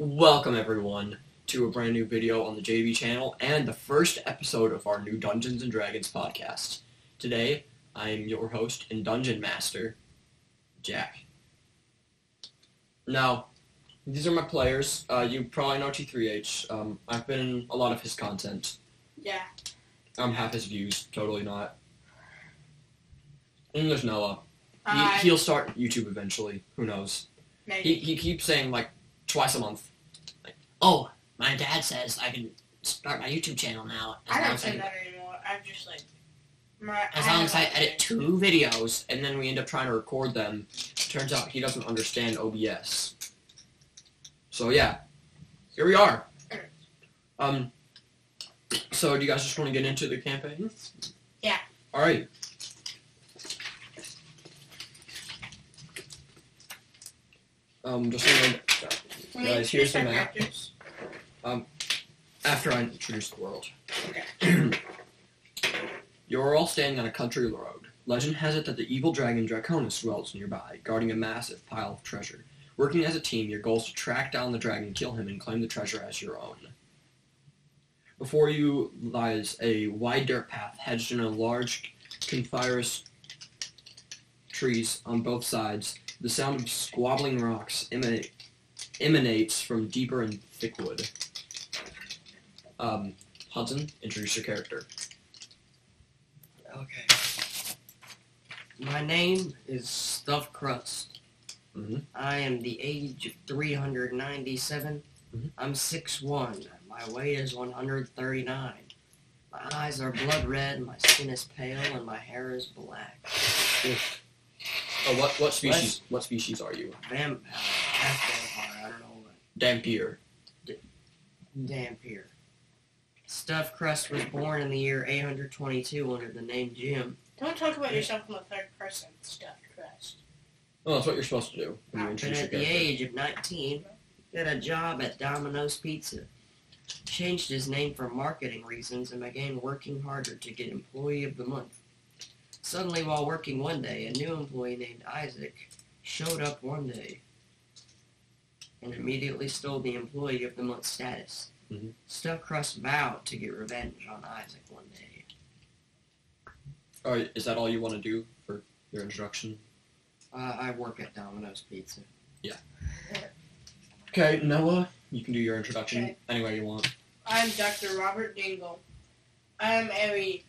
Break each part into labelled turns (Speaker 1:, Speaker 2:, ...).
Speaker 1: Welcome everyone to a brand new video on the JV channel and the first episode of our new Dungeons and Dragons podcast. Today, I am your host and dungeon master, Jack. Now, these are my players. Uh, you probably know T3H. Um, I've been in a lot of his content.
Speaker 2: Yeah.
Speaker 1: I'm half his views, totally not. And there's Noah. He,
Speaker 2: I
Speaker 1: he'll start YouTube eventually. Who knows?
Speaker 2: uh,
Speaker 1: He,
Speaker 2: maybe.
Speaker 1: he keeps saying like twice a month, like, "Oh, my dad says I can start my YouTube channel now." As
Speaker 2: I
Speaker 1: long
Speaker 2: don't
Speaker 1: as
Speaker 2: say
Speaker 1: I,
Speaker 2: that anymore. I'm just like. My,
Speaker 1: As long as I edit two videos, and then we end up trying to record them. Turns out he doesn't understand OBS. So yeah, here we are. Um, so do you guys just want to get into the campaign?
Speaker 2: Yeah.
Speaker 1: All right. Um, just a moment.
Speaker 2: Can we
Speaker 1: Guys, here's the
Speaker 2: introduce our
Speaker 1: map.
Speaker 2: characters?
Speaker 1: after I introduce the world.
Speaker 2: Okay.
Speaker 1: You're all standing on a country road. Legend has it that the evil dragon Draconis dwells nearby, guarding a massive pile of treasure. Working as a team, your goal is to track down the dragon, kill him, and claim the treasure as your own. Before you lies a wide dirt path hedged in a large coniferous trees on both sides. The sound of squabbling rocks emanate, emanates from deeper and thick wood. Um, Hudson, introduce your character.
Speaker 3: Okay. My name is Stuff Crust.
Speaker 1: Mhm.
Speaker 3: I am the age of 397.
Speaker 1: Mhm.
Speaker 3: I'm 6'1. My weight is 139. My eyes are blood red, my skin is pale, and my hair is black.
Speaker 1: Oh, what what species? What species are you?
Speaker 3: Vampire. Half vampire. I don't know what.
Speaker 1: Dampier.
Speaker 3: Dampier. Stuff Crust was born in the year 822 under the name Jim.
Speaker 2: Don't talk about yourself in the third person stuff, Chris.
Speaker 1: Oh, that's what you're supposed to do when you
Speaker 3: And
Speaker 1: introduce your
Speaker 3: at the
Speaker 1: character.
Speaker 3: age of 19, got a job at Domino's Pizza. Changed his name for marketing reasons and began working harder to get Employee of the Month. Suddenly, while working one day, a new employee named Isaac showed up one day and immediately stole the Employee of the Month status.
Speaker 1: Mhm.
Speaker 3: Stuffed Crust vowed to get revenge on Isaac one day.
Speaker 1: All right, is that all you want to do for your introduction?
Speaker 3: Uh, I work at Domino's Pizza.
Speaker 1: Okay, Noah, you can do your introduction
Speaker 2: Okay.
Speaker 1: any way you want.
Speaker 2: I'm Dr. Robert Dingle. I'm a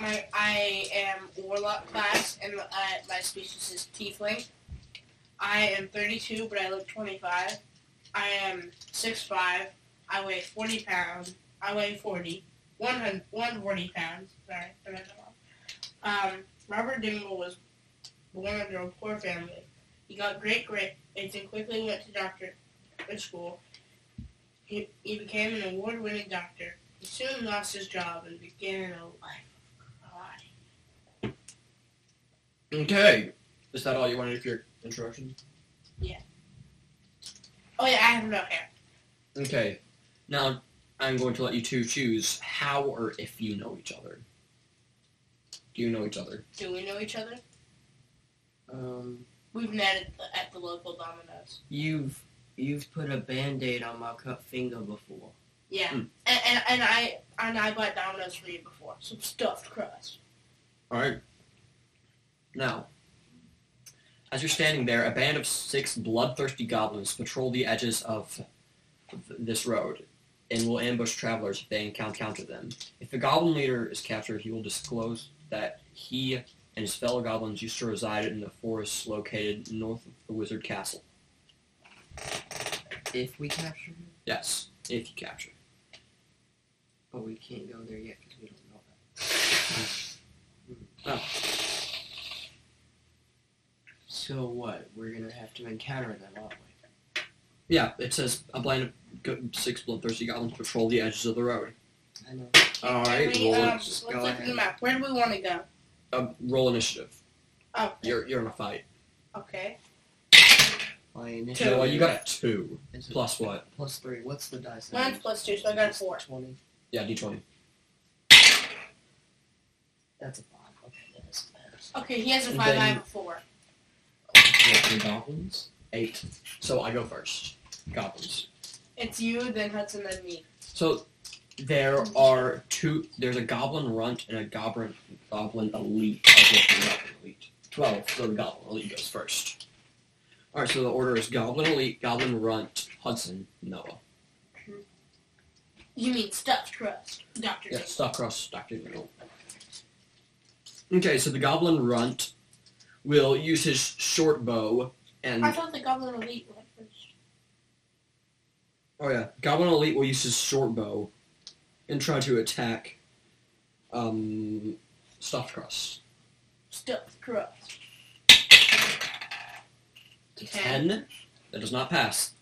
Speaker 2: my I am warlock class, and I, my species is tiefling. I am 32, but I look 25. I am 6'5". I weigh 40 pounds. I weigh 40. 100, 140 pounds. Sorry, I read that wrong. Um, Robert Dingle was born into a poor family. He got great grades and quickly went to doctor school. He, he became an award-winning doctor. He soon lost his job and began a life of crime.
Speaker 1: Okay, is that all you want to do for your introduction?
Speaker 2: Oh yeah, I have no hair.
Speaker 1: Okay, now I'm going to let you two choose how or if you know each other. Do you know each other?
Speaker 2: Do we know each other?
Speaker 3: Um,
Speaker 2: We've met at the, at the local Domino's.
Speaker 3: you've you've put a band-aid on my cut finger before.
Speaker 2: Yeah,
Speaker 1: Hmm.
Speaker 2: and, and and I and I bought Domino's for you before. Some stuffed crust.
Speaker 1: All right. Now, as you're standing there, a band of six bloodthirsty goblins patrol the edges of th- this road and will ambush travelers if they encounter counter them. If the goblin leader is captured, he will disclose that he and his fellow goblins used to reside in the forest located north of the wizard castle.
Speaker 3: If we capture him.
Speaker 1: Yes, if you capture.
Speaker 3: But we can't go there yet because we don't know Hmm. that. Oh. So what? We're gonna have to encounter them, aren't we?
Speaker 1: Yeah, it says a band of go- six bloodthirsty goblins patrol the edges of the road.
Speaker 3: I know.
Speaker 1: All right,
Speaker 2: Can we,
Speaker 1: roll,
Speaker 2: um,
Speaker 1: in-
Speaker 2: let's
Speaker 3: go
Speaker 2: look at the
Speaker 3: ahead.
Speaker 2: map. Where do we want to go?
Speaker 1: um, roll initiative.
Speaker 2: Oh,
Speaker 1: You're, you're in a fight.
Speaker 2: okay.
Speaker 3: My
Speaker 2: Two.
Speaker 3: initial
Speaker 1: Well, you got a two
Speaker 3: is plus
Speaker 1: plus what?
Speaker 3: plus three. What's the dice?
Speaker 2: Mine's plus two, so I got a four.
Speaker 3: Twenty.
Speaker 1: Yeah, d twenty.
Speaker 3: That's a five. Okay, that's fast.
Speaker 2: Okay, he has a
Speaker 1: And
Speaker 2: five. I
Speaker 1: then-
Speaker 2: have a four.
Speaker 3: goblins?
Speaker 1: Eight. So I go first. Goblins.
Speaker 2: It's you, then Hudson, then me.
Speaker 1: So there are two. There's a goblin runt and a goblin goblin elite. I was looking up an elite. Twelve. So the goblin elite goes first. All right. So the order is goblin elite, goblin runt, Hudson, Noah.
Speaker 2: You mean stuffed crust, Doctor.
Speaker 1: Yeah, Starcross, Doctor Noah. Okay. So the goblin runt will use his short bow and
Speaker 2: I thought the Goblin Elite went first.
Speaker 1: Oh yeah, Goblin Elite will use his short bow and try to attack um, Stuffed Crust.
Speaker 2: Stuffed crust.
Speaker 1: To ten, that does not pass.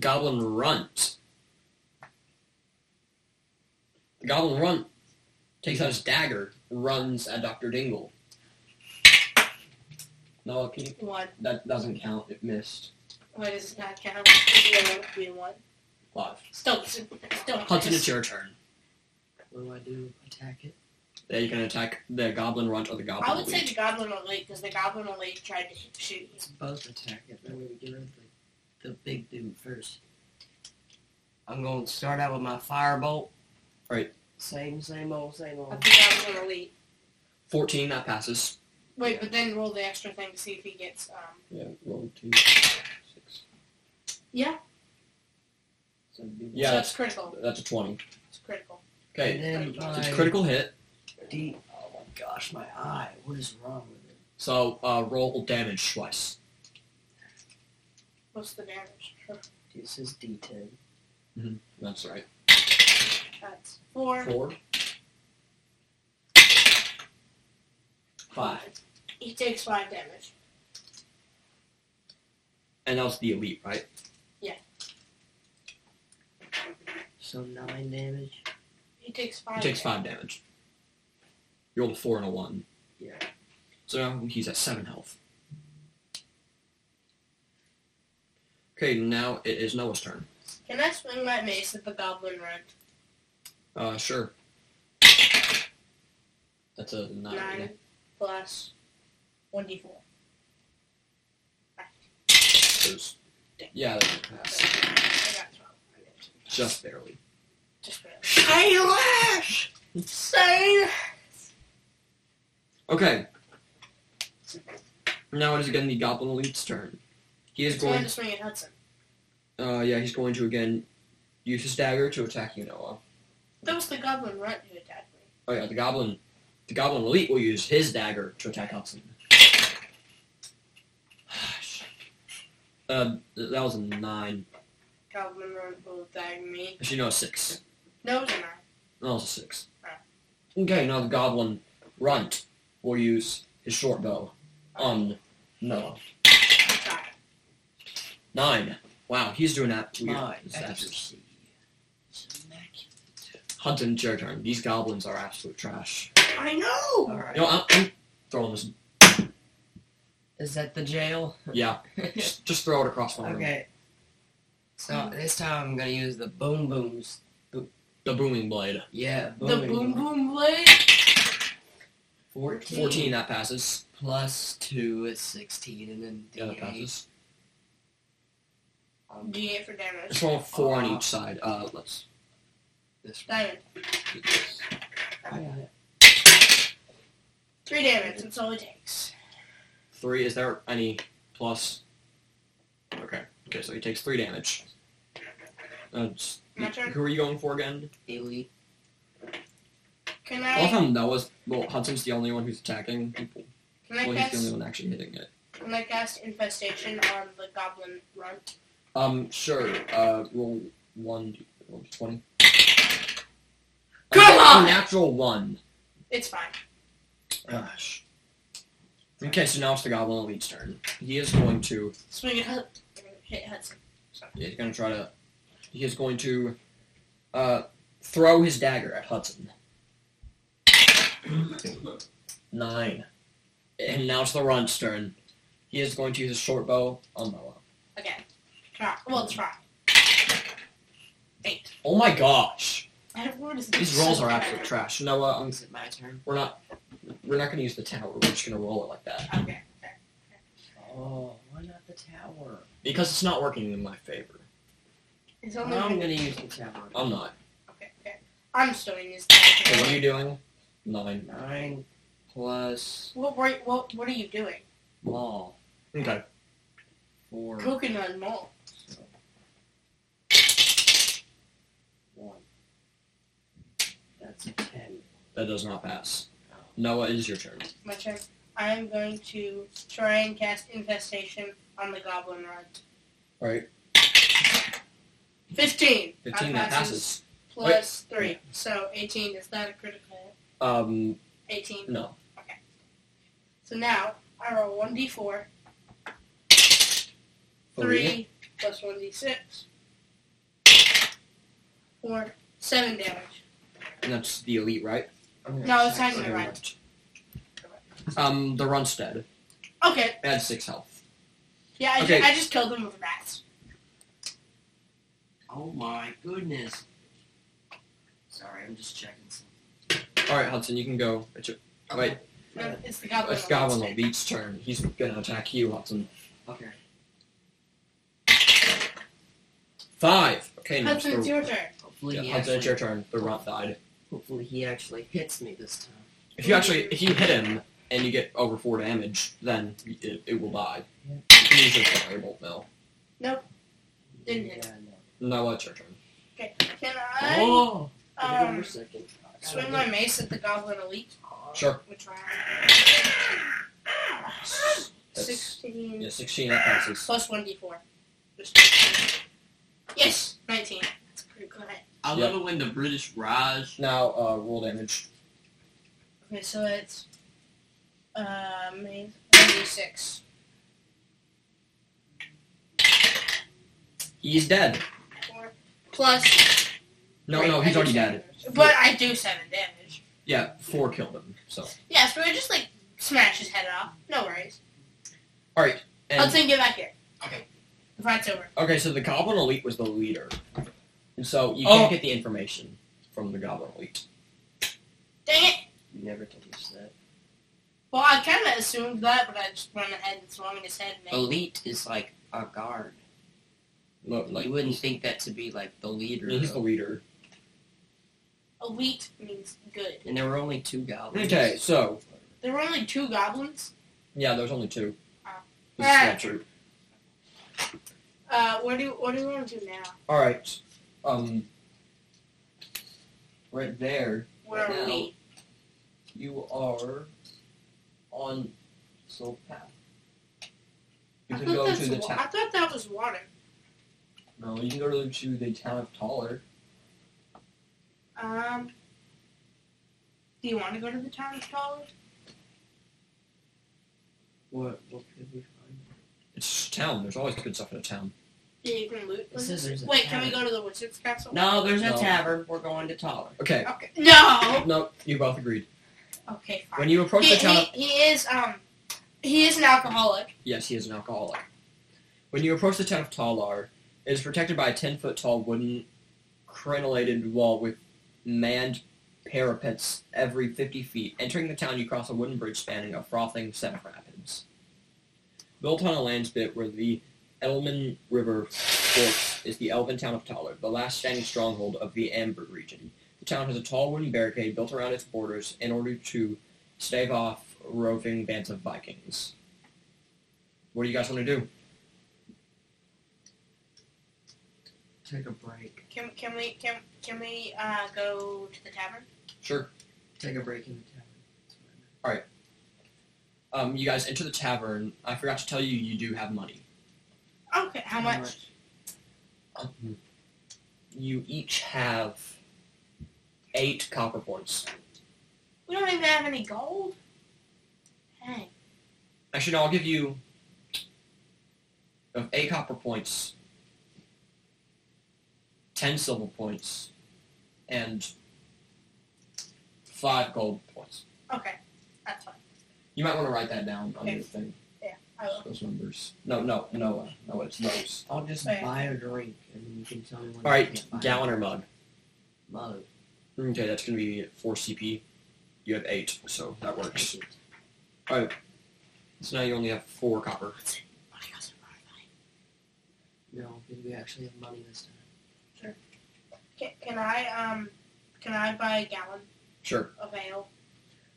Speaker 1: Goblin Runt. The Goblin Runt takes out his dagger, runs at Doctor Dingle. No, can you-
Speaker 2: One.
Speaker 1: that doesn't count. It missed.
Speaker 2: Why does it not count? Zero, three, one.
Speaker 1: Five.
Speaker 2: Stuffed. Stuffed.
Speaker 1: Hudson, it's your turn.
Speaker 3: What do I do? Attack it?
Speaker 1: Yeah, you can attack the Goblin Runt or the Goblin
Speaker 2: I would
Speaker 1: Elite.
Speaker 2: say the Goblin Elite because the Goblin Elite tried to hit- shoot you.
Speaker 3: Let's both attack it. That way we get rid of the, the big dude first. I'm going to start out with my firebolt.
Speaker 1: Right.
Speaker 3: Same, same old, same
Speaker 2: Of
Speaker 3: old.
Speaker 2: the Goblin Elite.
Speaker 1: Fourteen, that passes.
Speaker 2: Wait, but then roll the extra thing to see if he gets. Um,
Speaker 1: Yeah, roll two, six.
Speaker 3: So do
Speaker 1: Yeah,
Speaker 2: so
Speaker 1: that's,
Speaker 2: it's critical.
Speaker 1: that's a 20.
Speaker 2: It's critical.
Speaker 1: Okay,
Speaker 3: And then
Speaker 1: it's a
Speaker 3: my
Speaker 1: critical hit,
Speaker 3: D. Oh my gosh, my eye. What is wrong with it?
Speaker 1: so uh, roll damage twice.
Speaker 2: What's the damage?
Speaker 3: This is D10.
Speaker 1: That's right.
Speaker 2: That's four.
Speaker 1: Four. Five.
Speaker 2: He takes five damage.
Speaker 1: And that was the elite, right?
Speaker 3: So nine damage.
Speaker 2: He takes five.
Speaker 1: He takes
Speaker 2: damage.
Speaker 1: five damage. You rolled a four and a one.
Speaker 3: Yeah.
Speaker 1: So now he's at seven health. Okay, now it is Noah's turn.
Speaker 2: Can I swing my mace at the Goblin Runt?
Speaker 1: Uh, sure. That's a nine.
Speaker 2: Nine plus one d four.
Speaker 1: Those- Yeah, that's a pass.
Speaker 2: I got twelve. I got two.
Speaker 1: Just barely.
Speaker 2: Just barely.
Speaker 3: Eyelash!
Speaker 2: Say
Speaker 1: Okay. Now it is again the Goblin Elite's turn. He is
Speaker 2: he's going
Speaker 1: going.
Speaker 2: to swing at Hudson.
Speaker 1: Uh, yeah, he's going to again use his dagger to attack you, Noah.
Speaker 2: That was the Goblin Runt who attacked me.
Speaker 1: Oh yeah, the Goblin. The Goblin Elite will use his dagger to attack Hudson. Uh, th- that was a nine.
Speaker 2: Goblin Runt will attack me.
Speaker 1: Actually, no, a six.
Speaker 2: No, it's not.
Speaker 1: No, it was a six.
Speaker 2: Ah.
Speaker 1: Okay, now the Goblin Runt will use his short bow on Noah.
Speaker 2: Sorry.
Speaker 1: Nine. Wow, he's doing that. weird.
Speaker 3: My
Speaker 1: It's absolute
Speaker 3: accuracy. is immaculate.
Speaker 1: Hudson, it's your turn. These goblins are absolute trash.
Speaker 2: I know.
Speaker 3: Alright.
Speaker 1: You know, I'm, I'm throwing this.
Speaker 3: Is that the jail?
Speaker 1: Yeah, just, just throw it across my room.
Speaker 3: okay. So this time I'm gonna use the boom booms.
Speaker 1: The booming blade.
Speaker 3: Yeah,
Speaker 2: The boom boom blade.
Speaker 3: 14.
Speaker 1: 14, that passes.
Speaker 3: plus 2 is 16, and then
Speaker 1: Yeah, that
Speaker 3: D8.
Speaker 1: passes.
Speaker 3: Um,
Speaker 2: D eight for damage.
Speaker 1: Just roll four on each side. Uh, let's.
Speaker 3: this one.
Speaker 2: Diamond.
Speaker 1: do this.
Speaker 3: I got it.
Speaker 2: Three damage. That's all it takes.
Speaker 1: Three, is there any plus? Okay, okay, so he takes three damage. Uh, s-
Speaker 2: My turn?
Speaker 1: Who are you going for again?
Speaker 3: Elite.
Speaker 2: Can
Speaker 1: I love
Speaker 2: I?
Speaker 1: how Noah's. Well, Hudson's the only one who's attacking people.
Speaker 2: Can I
Speaker 1: Well, he's the only
Speaker 2: cast?
Speaker 1: one actually hitting it.
Speaker 2: Can I cast infestation on the Goblin Runt?
Speaker 1: Um, sure. Uh, roll one, roll twenty.
Speaker 2: Come on!
Speaker 1: Natural one.
Speaker 2: It's fine.
Speaker 1: Gosh. Okay, so now it's the Goblin Elite's turn. He is going to.
Speaker 2: Swing at Hudson. Hit Hudson.
Speaker 1: He's going to try to. He is going to. Uh, throw his dagger at Hudson. Nine. And now it's the Runt's turn. He is going to use his short bow on Moa.
Speaker 2: Again. Try. Well, try. Eight.
Speaker 1: Oh my gosh!
Speaker 2: I have word is
Speaker 1: These rolls are absolute trash. Noah, I'm
Speaker 3: Is it my turn?
Speaker 1: We're not we're not gonna use the tower, we're just gonna roll it like that.
Speaker 2: Okay.
Speaker 3: Oh, why not the tower?
Speaker 1: Because it's not working in my favor.
Speaker 2: It's
Speaker 3: I'm
Speaker 2: only
Speaker 3: going to use the tablet.
Speaker 1: I'm not.
Speaker 2: Okay, okay. I'm starting this.
Speaker 1: Okay, what are you doing? Nine.
Speaker 3: Nine plus
Speaker 2: What, what, what, what are you doing?
Speaker 3: law
Speaker 1: Okay.
Speaker 3: four
Speaker 2: Coconut malt.
Speaker 3: one. That's a ten.
Speaker 1: That does not pass. Noah, it is your turn.
Speaker 2: My turn. I am going to try and cast infestation on the goblin rod.
Speaker 1: All right.
Speaker 2: Fifteen.
Speaker 1: 15, that passes.
Speaker 2: Plus three, so eighteen. Is that a critical? hit?
Speaker 1: Um,
Speaker 2: Eighteen.
Speaker 1: no.
Speaker 2: So now I roll one d four,
Speaker 1: Three. Oh,
Speaker 2: three plus one d six, four, seven damage.
Speaker 1: And that's the elite, right?
Speaker 2: No, it's not
Speaker 1: Okay,
Speaker 2: even right.
Speaker 1: Um, the run's dead.
Speaker 2: Okay,
Speaker 1: Add six health.
Speaker 2: yeah, I,
Speaker 1: Okay.
Speaker 2: ju- I just killed them with rats.
Speaker 3: Oh my goodness. Sorry, I'm just checking some.
Speaker 1: All right, Hudson, you can go. It's your, wait,
Speaker 2: No, it's the goblin.
Speaker 1: it's
Speaker 2: rod.
Speaker 1: Goblin Elite's turn. He's gonna attack you, Hudson.
Speaker 3: Okay.
Speaker 1: Five. Okay, no.
Speaker 2: Hudson,
Speaker 1: the-
Speaker 2: it's your turn.
Speaker 3: Hopefully
Speaker 1: yeah,
Speaker 3: he
Speaker 1: Hudson, it's
Speaker 3: actually,
Speaker 1: your turn. The runt died.
Speaker 3: hopefully he actually hits me this time.
Speaker 1: If you actually, if you hit him and you get over four damage, then it, it will die.
Speaker 3: Yeah.
Speaker 1: You can use your fireball now.
Speaker 2: Didn't hit.
Speaker 3: Yeah, I know.
Speaker 1: Noah, uh, it's your turn.
Speaker 2: Can I
Speaker 3: Oh, wait
Speaker 2: um,
Speaker 3: a second. I gotta
Speaker 2: swing
Speaker 3: get-
Speaker 2: my mace at the goblin elite?
Speaker 1: Sure.
Speaker 2: Which one?
Speaker 1: That's-
Speaker 2: Sixteen
Speaker 1: Yeah, 16 that passes.
Speaker 2: plus one d four. Just- Yes, nineteen. That's pretty good.
Speaker 4: I
Speaker 1: Yeah.
Speaker 4: love it when the British rise.
Speaker 1: Now, uh, roll damage.
Speaker 2: Okay, so it's uh, maze ninety six.
Speaker 1: He's dead.
Speaker 2: Four plus.
Speaker 1: No,
Speaker 2: Wait,
Speaker 1: no,
Speaker 2: I
Speaker 1: he's
Speaker 2: do
Speaker 1: already
Speaker 2: seven
Speaker 1: dead.
Speaker 2: damage. But I do seven damage.
Speaker 1: Yeah, four killed him. So,
Speaker 2: Yeah, so I just like smash his head off. No worries.
Speaker 1: all right. And,
Speaker 2: Hudson, get back here.
Speaker 4: Okay.
Speaker 2: The fight's over.
Speaker 1: Okay, so the Goblin Elite was the leader, and so you
Speaker 4: Oh.
Speaker 1: can't get the information from the Goblin Elite.
Speaker 2: Dang it.
Speaker 3: You never can use that.
Speaker 2: Well, I kind of assumed that, but I just went ahead and swung at his head. And
Speaker 1: Oh.
Speaker 3: Elite is like a guard.
Speaker 1: No, like
Speaker 3: you wouldn't think that to be like the leader.
Speaker 1: he's the
Speaker 3: of-
Speaker 1: leader.
Speaker 2: elite means good.
Speaker 3: And there were only two goblins.
Speaker 1: Okay, so
Speaker 2: There were only two goblins.
Speaker 1: yeah, there's only two.
Speaker 2: Ah.
Speaker 1: This is statue.
Speaker 2: Uh, what do you, what do we want to do now?
Speaker 1: All right. Um, right there,
Speaker 2: Where are
Speaker 1: Now.
Speaker 2: we?
Speaker 1: you are on Silk Path. You
Speaker 2: I
Speaker 1: can go
Speaker 2: thought,
Speaker 1: to
Speaker 2: that's
Speaker 1: the
Speaker 2: wa-
Speaker 1: town.
Speaker 2: I thought that was water.
Speaker 1: No, you can go to the town of Taller.
Speaker 2: Um, do you want to go to the town of Tower?
Speaker 3: What, what could we find?
Speaker 1: It's a town. There's always good stuff in a town.
Speaker 2: Yeah, you can loot.
Speaker 3: It says there's a
Speaker 2: Wait, can we
Speaker 3: tavern.
Speaker 2: go to the wizard's castle?
Speaker 3: No, there's a
Speaker 1: No.
Speaker 3: tavern. We're going to Toller.
Speaker 1: Okay.
Speaker 2: Okay. No.
Speaker 1: No, you both agreed.
Speaker 2: Okay, fine.
Speaker 1: When you approach
Speaker 2: he,
Speaker 1: the town of
Speaker 2: he, he is um, he is an alcoholic.
Speaker 1: Yes, he is an alcoholic. When you approach the town of Talar, it is protected by a 10 foot tall wooden crenellated wall with manned parapets every 50 feet. Entering the town, you cross a wooden bridge spanning a frothing set of rapids. Built on a land spit where the Elman River forks is the elven town of Talar, the last standing stronghold of the Amber region. The town has a tall wooden barricade built around its borders in order to stave off roving bands of Vikings. What do you guys want to do?
Speaker 3: Take a break.
Speaker 2: Can can we can can we uh go to the tavern?
Speaker 1: Sure.
Speaker 3: Take a break in the tavern. That's what I meant.
Speaker 1: Um, you guys enter the tavern. I forgot to tell you, you do have money.
Speaker 2: Okay, how much?
Speaker 1: Um, you each have eight copper points.
Speaker 2: We don't even have any gold. Hey,
Speaker 1: Actually, no, I'll give you of eight copper points, ten silver points, and five gold points.
Speaker 2: okay, that's fine.
Speaker 1: You might want to write that down on
Speaker 2: Okay.
Speaker 1: your thing.
Speaker 2: I will.
Speaker 1: Those numbers. No, no, no, uh, no. It's those.
Speaker 3: I'll just
Speaker 2: Wait.
Speaker 3: buy a drink and then you can tell me when
Speaker 1: All
Speaker 3: I
Speaker 1: right,
Speaker 3: can't buy
Speaker 1: gallon or mug.
Speaker 3: it. Mug.
Speaker 1: Okay, that's gonna be four CP. You have eight, so that works. So now you only have four copper.
Speaker 3: No, because we actually have money this time.
Speaker 2: Can, can I um can I buy a gallon
Speaker 1: Sure.
Speaker 2: of ale?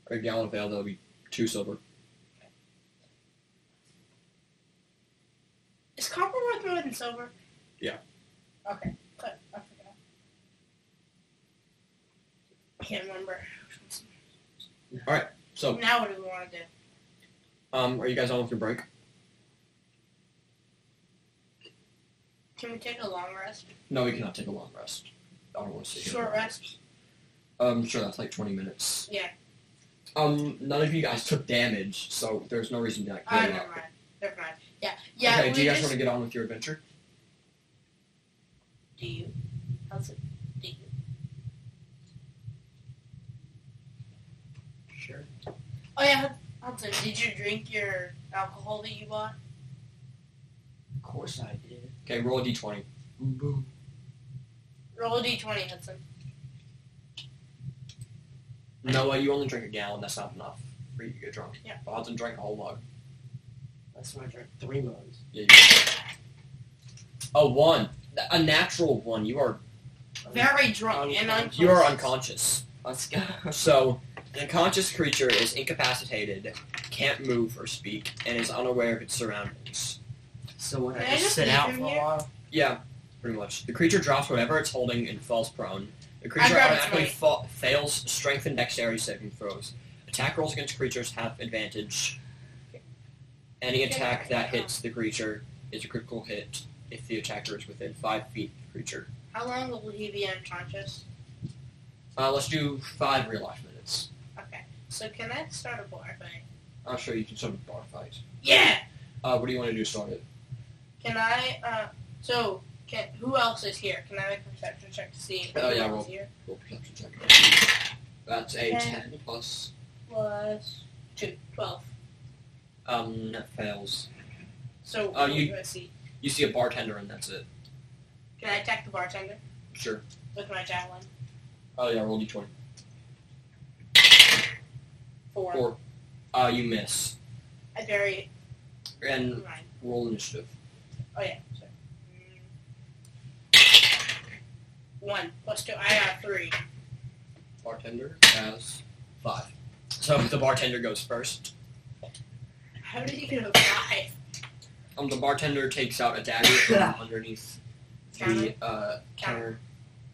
Speaker 1: A gallon of ale, that'll be two silver.
Speaker 2: Is copper worth more than silver?
Speaker 1: Yeah.
Speaker 2: Okay. Good. I forgot. I can't remember.
Speaker 1: So,
Speaker 2: Now what do we want to do?
Speaker 1: um, are you guys on with your break?
Speaker 2: Can we take a long rest?
Speaker 1: No, we cannot take a long rest. I don't want to sit here.
Speaker 2: Short rest?
Speaker 1: Um, sure, that's like 20 minutes.
Speaker 2: Yeah.
Speaker 1: Um, none of you guys took damage, so there's no reason to like,
Speaker 2: Ah,
Speaker 1: worry
Speaker 2: never
Speaker 1: about
Speaker 2: mind. Never mind. Yeah. Yeah.
Speaker 1: Okay,
Speaker 2: we
Speaker 1: do you guys
Speaker 2: just...
Speaker 1: want to get on with your adventure?
Speaker 2: Do you? How's it? Do you?
Speaker 3: Sure.
Speaker 2: Oh yeah, Hudson. Did you drink your alcohol that you bought?
Speaker 3: Of course I did.
Speaker 1: Okay, roll a d20.
Speaker 3: Boom.
Speaker 2: Roll a d20, Hudson.
Speaker 1: Noah, you only drink a gallon. That's not enough for you to get drunk.
Speaker 2: Yeah.
Speaker 1: Boston drank a whole mug.
Speaker 3: That's when I drank three mugs.
Speaker 1: Yeah, you- a one, a natural one. You are
Speaker 2: Very drunk and unconscious.
Speaker 3: Unconscious.
Speaker 1: you are unconscious.
Speaker 3: Let's go.
Speaker 1: So the unconscious creature is incapacitated, can't move or speak, and is unaware of its surroundings.
Speaker 3: So what?
Speaker 2: Can I
Speaker 3: I just
Speaker 2: just
Speaker 3: sit
Speaker 2: leave
Speaker 3: out
Speaker 2: him
Speaker 3: for a
Speaker 2: here?
Speaker 3: while.
Speaker 1: Yeah, pretty much. The creature drops whatever it's holding and falls prone. The creature
Speaker 2: grab its
Speaker 1: automatically
Speaker 2: weight.
Speaker 1: fa- fails strength and dexterity saving throws. Attack rolls against creatures have advantage. Any attack that hits the creature is a critical hit if the attacker is within five feet of the creature.
Speaker 2: How long will he be unconscious?
Speaker 1: Uh, let's do five real life minutes.
Speaker 2: Okay. So can I start a bar fight?
Speaker 1: I'm sure you can sort of bar fight.
Speaker 2: Yeah.
Speaker 1: Uh, what do you want to do? Start it.
Speaker 2: Can I? Uh. So can who else is here? Can I make a perception check to see?
Speaker 1: Oh,
Speaker 2: who
Speaker 1: yeah,
Speaker 2: else
Speaker 1: roll.
Speaker 2: is here?
Speaker 1: Roll perception check. That's a
Speaker 2: Okay.
Speaker 1: ten plus.
Speaker 2: Plus two, twelve.
Speaker 1: Um, that fails.
Speaker 2: So
Speaker 1: Oh,
Speaker 2: what
Speaker 1: you-
Speaker 2: do I see?
Speaker 1: You see a bartender and that's it.
Speaker 2: Can I attack the bartender
Speaker 1: Sure.
Speaker 2: with my javelin?
Speaker 1: Oh yeah, roll d20.
Speaker 2: Four.
Speaker 1: Four. Uh, you miss.
Speaker 2: I bury
Speaker 1: and
Speaker 2: mine.
Speaker 1: roll initiative.
Speaker 2: Oh yeah. Sorry. Mm. One plus two. I got three.
Speaker 1: Bartender has five. So the bartender goes first.
Speaker 2: How did he get a five?
Speaker 1: Um, the bartender takes out a dagger from underneath the
Speaker 2: Counter.
Speaker 1: uh, counter,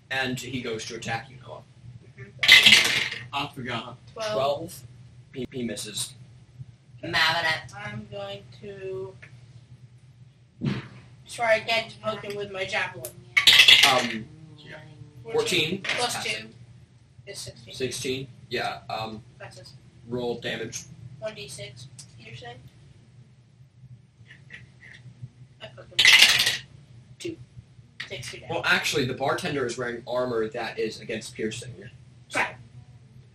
Speaker 1: and he goes to attack you, Noah.
Speaker 4: I forgot.
Speaker 2: Twelve.
Speaker 1: Twelve. He, he misses.
Speaker 3: Mavinette.
Speaker 2: I'm going to try again to poke him with my javelin.
Speaker 1: Um,
Speaker 4: Yeah.
Speaker 1: fourteen.
Speaker 2: Plus
Speaker 1: That's
Speaker 2: two.
Speaker 1: passing.
Speaker 2: is sixteen.
Speaker 1: Sixteen. Yeah. Um,
Speaker 2: That's just
Speaker 1: roll damage.
Speaker 2: one d six. You're saying? I poked him. Two. Takes two down.
Speaker 1: Well, actually, the bartender is wearing armor that is against piercing. So
Speaker 2: Right.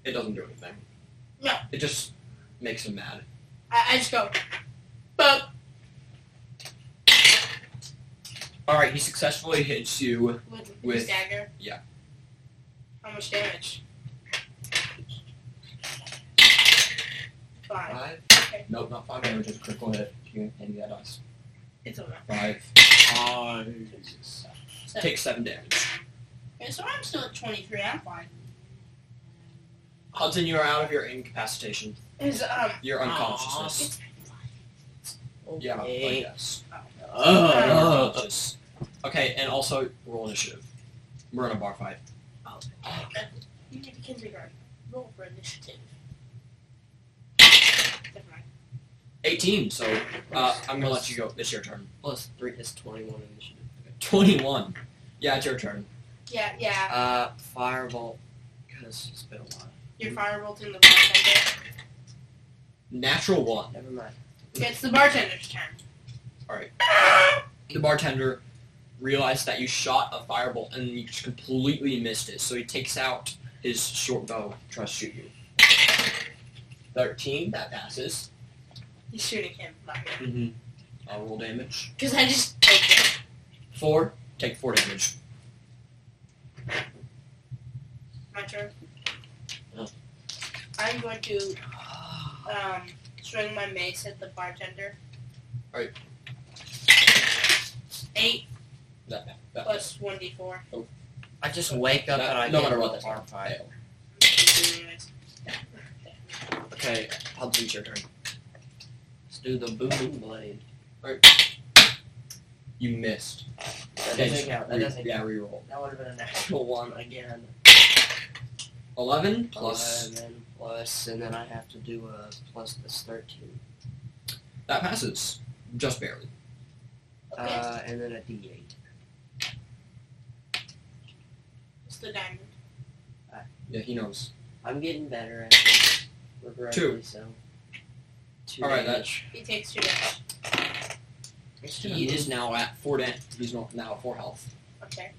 Speaker 1: It doesn't do anything.
Speaker 2: No.
Speaker 1: It just makes him mad.
Speaker 2: I, I just go. Boop.
Speaker 1: All right. He successfully hits you.
Speaker 2: With,
Speaker 1: With-
Speaker 2: with dagger?
Speaker 1: yeah.
Speaker 2: How much damage? Five.
Speaker 1: Five?
Speaker 2: Okay.
Speaker 1: Nope, not five damage. It's a critical hit. You can hand me that dice.
Speaker 2: It's over.
Speaker 1: Five.
Speaker 4: I
Speaker 2: So,
Speaker 1: Take seven damage.
Speaker 2: okay, so I'm still at 23. I'm fine.
Speaker 1: Hudson, you are out of your incapacitation.
Speaker 2: Is, um,
Speaker 1: Your unconsciousness. Yeah, I
Speaker 3: Okay.
Speaker 1: guess. You're
Speaker 4: Uh,
Speaker 1: unconscious. Okay, and also roll initiative. We're in a bar fight.
Speaker 2: oh, you need to kindergarten. Roll for initiative. Never mind.
Speaker 1: 18, so uh, I'm gonna let you go. It's your turn.
Speaker 3: Plus three is twenty-one initiative.
Speaker 1: 21. Yeah, it's your turn.
Speaker 2: Yeah, yeah.
Speaker 3: Uh, firebolt. God, it's just been a while.
Speaker 2: Your firebolt in the bartender.
Speaker 1: Natural one.
Speaker 3: Never mind.
Speaker 2: It's the bartender's turn.
Speaker 1: Alright. The bartender realized that you shot a firebolt and you just completely missed it, so he takes out his short bow, tries to shoot you. 13, that passes.
Speaker 2: He's shooting him, not me.
Speaker 1: Mm-hmm. I'll roll damage.
Speaker 2: Because I just poked him.
Speaker 1: 4, take 4 damage.
Speaker 2: My turn.
Speaker 1: No.
Speaker 2: I'm going to um, swing my mace at the bartender.
Speaker 1: Alright.
Speaker 2: Eight
Speaker 1: That, that
Speaker 2: plus one d four.
Speaker 1: Oh.
Speaker 3: I just wake up
Speaker 1: No-
Speaker 3: and I
Speaker 1: no
Speaker 3: get
Speaker 1: matter what
Speaker 3: a
Speaker 1: the
Speaker 3: bar fight.
Speaker 1: Fail. Okay, Hubs, it's your turn.
Speaker 3: Let's do the booming blade.
Speaker 1: You missed.
Speaker 3: That
Speaker 1: Okay,
Speaker 3: doesn't
Speaker 1: just
Speaker 3: count. That
Speaker 1: re-
Speaker 3: doesn't
Speaker 1: Yeah,
Speaker 3: count.
Speaker 1: reroll.
Speaker 3: That would have been a natural one again.
Speaker 1: 11 plus.
Speaker 3: Plus eleven plus, and then I have to do a plus this thirteen.
Speaker 1: That passes. Just barely.
Speaker 2: Okay.
Speaker 3: Uh, and then a D eight.
Speaker 2: It's the diamond.
Speaker 1: Yeah, he knows.
Speaker 3: I'm getting better at it. Regrettably so. Two
Speaker 1: Alright,
Speaker 3: damage.
Speaker 1: that's.
Speaker 2: He takes two damage.
Speaker 1: He is now at 4 damage. He's not now at 4 health.
Speaker 2: Okay.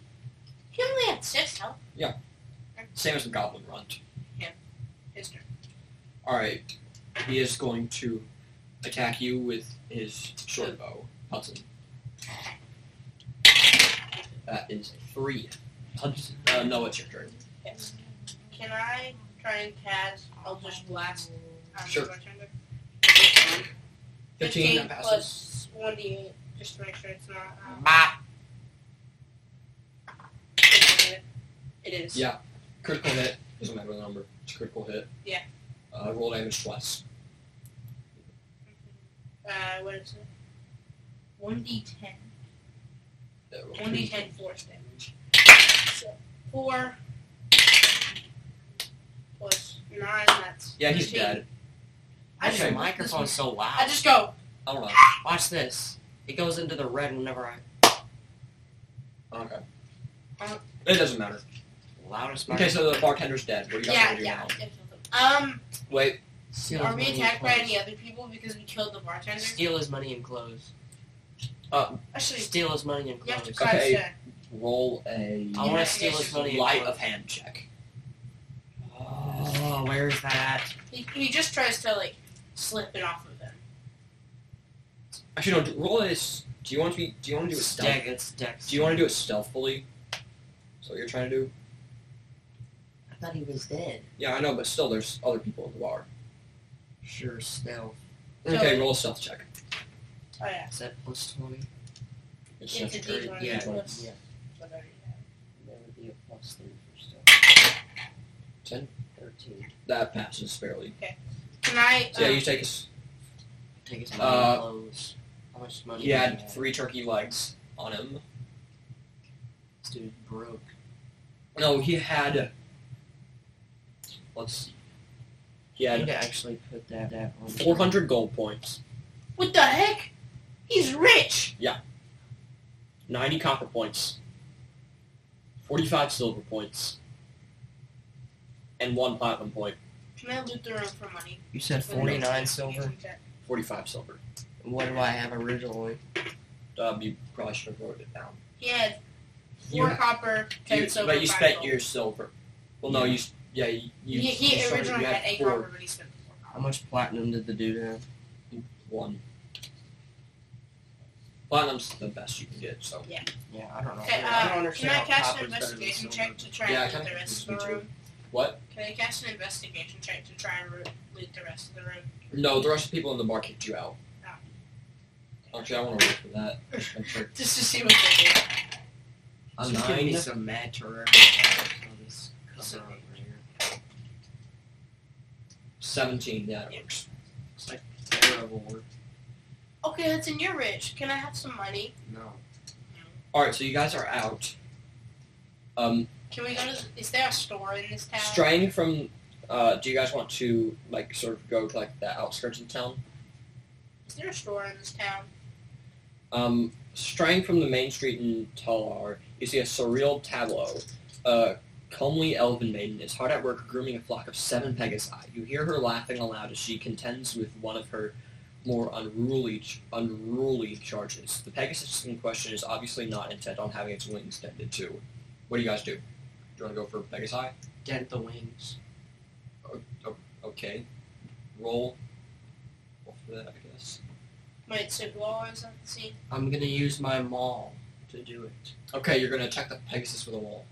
Speaker 2: He only had six health.
Speaker 1: Same as the Goblin Runt.
Speaker 2: His turn.
Speaker 1: Alright. He is going to attack you with his short bow, Hudson. That is a 3. Hudson. Uh, no, it's your turn.
Speaker 2: Yes. Can I try and cast Eldritch Blast? Um,
Speaker 1: Sure.
Speaker 2: Bartender?
Speaker 1: 15, that passes.
Speaker 2: plus 1d8, just to make sure it's not. Um,
Speaker 1: Ah.
Speaker 3: Bah.
Speaker 2: it is.
Speaker 1: Yeah. Critical hit. Doesn't matter the number. It's a critical hit.
Speaker 2: Yeah.
Speaker 1: Uh, roll damage twice.
Speaker 2: Uh, what is it? 1d10.
Speaker 1: Uh, roll
Speaker 2: 1d10 force damage. So, 4 plus 9, that's.
Speaker 1: Yeah, he's
Speaker 2: 15.
Speaker 1: dead.
Speaker 3: I just
Speaker 1: Okay.
Speaker 3: the microphone's so loud.
Speaker 2: I just go.
Speaker 1: I don't know.
Speaker 3: Watch this. It goes into the red whenever I
Speaker 1: Oh, Okay.
Speaker 2: Uh,
Speaker 1: It doesn't matter.
Speaker 3: loudest
Speaker 1: Okay, so the bartender's dead. What do you guys
Speaker 2: Yeah,
Speaker 1: want to do
Speaker 2: yeah.
Speaker 1: now?
Speaker 2: Um,
Speaker 1: Wait,
Speaker 3: Steal
Speaker 2: are
Speaker 3: his
Speaker 2: we
Speaker 3: money and
Speaker 2: attacked by
Speaker 3: clothes.
Speaker 2: any other people because we killed the bartender?
Speaker 3: Steal his money and clothes.
Speaker 2: Actually,
Speaker 3: Steal his money and
Speaker 2: you have to
Speaker 3: clothes.
Speaker 1: Okay.
Speaker 2: crouch down.
Speaker 1: roll a
Speaker 3: I want to steal his money and
Speaker 1: light
Speaker 3: clothes.
Speaker 1: of hand check.
Speaker 3: Oh, where's that?
Speaker 2: He, he just tries to, like, slip it off of him.
Speaker 1: Actually, no. do- Roll is. Do you want to be? Do you want to do it
Speaker 3: It's
Speaker 1: stealth?
Speaker 3: Dex. It's Dex.
Speaker 1: Do you want to do it stealthfully? Is that what you're trying to do?
Speaker 3: I thought he was dead.
Speaker 1: Yeah, I know, but still, there's other people in the bar.
Speaker 3: Sure, stealth.
Speaker 1: Okay, roll a stealth check.
Speaker 2: Oh, yeah.
Speaker 3: Is that plus 20?
Speaker 1: It's
Speaker 2: It's a
Speaker 1: just very-
Speaker 2: D20.
Speaker 3: Yeah.
Speaker 2: Plus
Speaker 3: Yeah.
Speaker 2: whatever you
Speaker 3: That would be a plus 3 for stealth.
Speaker 1: 10?
Speaker 3: 13.
Speaker 1: That passes fairly.
Speaker 2: have. Can I?
Speaker 1: So yeah,
Speaker 2: um,
Speaker 1: you take. His,
Speaker 3: Take his money
Speaker 1: Uh,
Speaker 3: and clothes. How much money
Speaker 1: he
Speaker 3: do you
Speaker 1: had
Speaker 3: have?
Speaker 1: three turkey legs on him.
Speaker 3: This dude broke.
Speaker 1: No, he had. Let's see. He
Speaker 3: I need
Speaker 1: had
Speaker 3: to actually put that, that on.
Speaker 1: 400 gold points,
Speaker 2: What the heck? He's rich.
Speaker 1: 90 copper points, 45 silver points, and one platinum point.
Speaker 2: Can I loot the room for money?
Speaker 3: You said 49 silver?
Speaker 1: 45 silver.
Speaker 3: What do I have originally?
Speaker 1: Um, you probably should have wrote it down.
Speaker 2: He had
Speaker 1: You
Speaker 2: four
Speaker 1: ha-
Speaker 2: copper, ten
Speaker 1: You-
Speaker 2: silver.
Speaker 1: but you
Speaker 2: five
Speaker 1: spent
Speaker 2: gold.
Speaker 1: your silver. Well, no, you. s- Yeah, you. you
Speaker 2: he he
Speaker 1: you started-
Speaker 2: originally
Speaker 1: you
Speaker 2: had eight
Speaker 1: four,
Speaker 2: copper, but he spent four
Speaker 3: How
Speaker 2: copper.
Speaker 3: much platinum did the dude have?
Speaker 1: one. Platinum's the best you can get, so.
Speaker 3: Yeah, I don't know.
Speaker 2: Okay,
Speaker 3: I don't
Speaker 2: uh, can
Speaker 3: understand
Speaker 2: I
Speaker 3: how
Speaker 2: cast an
Speaker 3: copper's better than
Speaker 2: investigation
Speaker 3: silver.
Speaker 2: check to try
Speaker 1: Yeah, I
Speaker 2: and loot the
Speaker 1: kinda
Speaker 2: rest of
Speaker 1: confused
Speaker 2: the
Speaker 1: me
Speaker 2: room?
Speaker 1: What?
Speaker 2: Can I cast an investigation check to try and root- loot the rest of the room?
Speaker 1: No, the rest of the people in the bar kicked you out.
Speaker 2: Ah.
Speaker 1: Actually, I want to roll for that. I'm sure
Speaker 2: Just to see what they do.
Speaker 1: A
Speaker 3: Just give me
Speaker 1: nine.
Speaker 3: some mad terraria cards on this
Speaker 2: So-
Speaker 3: cover over here.
Speaker 1: Seventeen. Yeah, it works.
Speaker 3: It's like terrible work.
Speaker 2: Okay, Hudson, you're rich. Can I have some money?
Speaker 3: No.
Speaker 1: All right, so you guys are out. Um,
Speaker 2: Can we go to? Is there a store in this town?
Speaker 1: straying from. Uh, do you guys want to like sort of go to like the outskirts of town?
Speaker 2: Is there a store in this town?
Speaker 1: Um, straying from the main street in Talar, you see a surreal tableau. A comely elven maiden is hard at work grooming a flock of seven pegasi. You hear her laughing aloud as she contends with one of her more unruly, unruly charges. The Pegasus in question is obviously not intent on having its wings tended to. What do you guys do? Do you want to go for Pegasi?
Speaker 3: Dent the wings.
Speaker 1: Okay. Roll. Roll for that, I guess.
Speaker 2: Wait, so who always on the scene?
Speaker 3: I'm gonna use my maul to do it.
Speaker 1: Okay, you're gonna attack the Pegasus with a wall.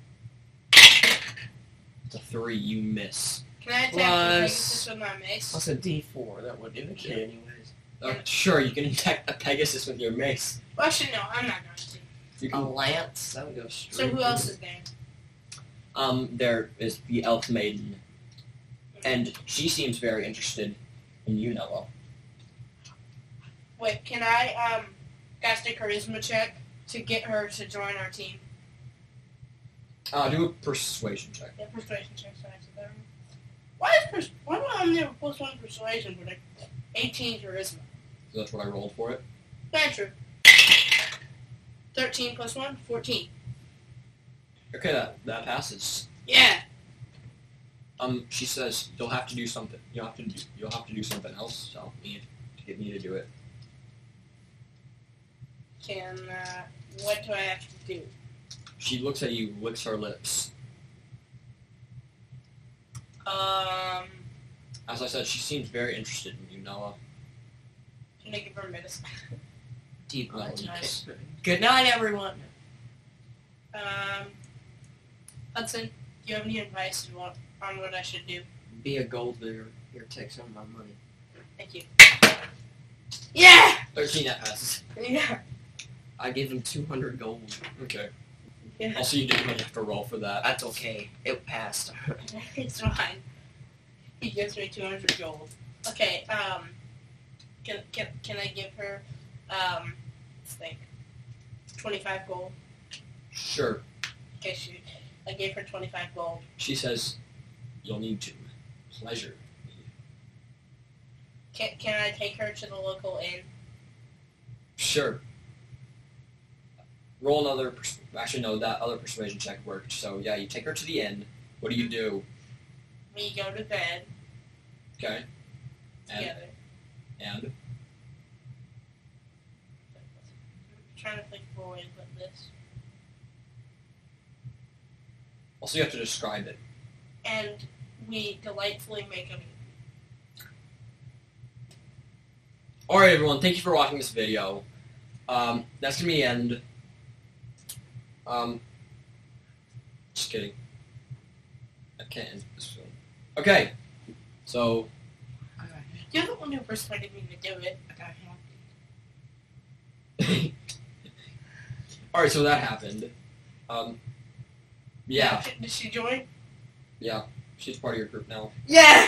Speaker 1: It's a three, you miss.
Speaker 2: Can I attack
Speaker 3: Plus-
Speaker 2: the Pegasus with my mace?
Speaker 3: Plus a D4. That would do it anyways.
Speaker 1: Uh, sure, you can attack the Pegasus with your mace.
Speaker 2: Well, actually, no, I'm not going to.
Speaker 1: You
Speaker 3: A
Speaker 1: can.
Speaker 3: lance. That would go straight.
Speaker 2: So who
Speaker 3: through.
Speaker 2: else is there?
Speaker 1: um, there is the elf maiden, and she seems very interested in you, Nello.
Speaker 2: Wait, can I um cast a charisma check to get her to join our team?
Speaker 1: Uh, do a persuasion check.
Speaker 2: Yeah, persuasion check. Sorry, I said that wrong. Why is pers- why do I never plus one persuasion but like eighteen charisma?
Speaker 1: So that's what I rolled for it.
Speaker 2: That's true. Thirteen plus one, fourteen.
Speaker 1: Okay, that, that passes.
Speaker 2: Yeah.
Speaker 1: Um, she says you'll have to do something. You'll have to do, you'll have to do something else. So you need to get me to do it.
Speaker 2: Can uh, what do I have to do?
Speaker 1: She looks at you, licks her lips.
Speaker 2: Um,
Speaker 1: As I said, she seems very interested in you, Noah.
Speaker 2: can I give her medicine?
Speaker 3: Deep
Speaker 1: Oh, yes.
Speaker 3: Good night, everyone.
Speaker 2: Um, Hudson, do you have any advice on what, on what I should do?
Speaker 3: Be a gold digger. Here, take some of my money.
Speaker 2: Thank you. Yeah.
Speaker 1: Thirteen that passes.
Speaker 2: Yeah.
Speaker 3: I give him 200 gold.
Speaker 1: Okay.
Speaker 2: Yeah.
Speaker 1: Also, you didn't really have to roll for that.
Speaker 3: That's okay. It passed.
Speaker 2: it's fine. He gives me 200 gold. Okay, um, can, can, can I give her, um, let's think, 25 gold?
Speaker 1: Sure.
Speaker 2: Okay, shoot. I gave her 25 gold.
Speaker 1: She says you'll need to. Pleasure.
Speaker 2: Can, can I take her to the local inn?
Speaker 1: Sure. Roll another. Pers- Actually, no, that other persuasion check worked. So yeah, you take her to the end. What do you do?
Speaker 2: We go to bed
Speaker 1: Okay. And
Speaker 2: together.
Speaker 1: and
Speaker 2: I'm trying to think of a way to put this.
Speaker 1: also you have to describe it.
Speaker 2: And we delightfully make a
Speaker 1: All right, everyone. Thank you for watching this video. Um, that's gonna be the end. Um, just kidding. I can't end this film. Okay. So
Speaker 2: You're the one who persuaded me to do it. I got happy.
Speaker 1: all right, so that happened. Um, yeah,
Speaker 2: Did she join?
Speaker 1: yeah. She's part of your group now.
Speaker 2: Yeah!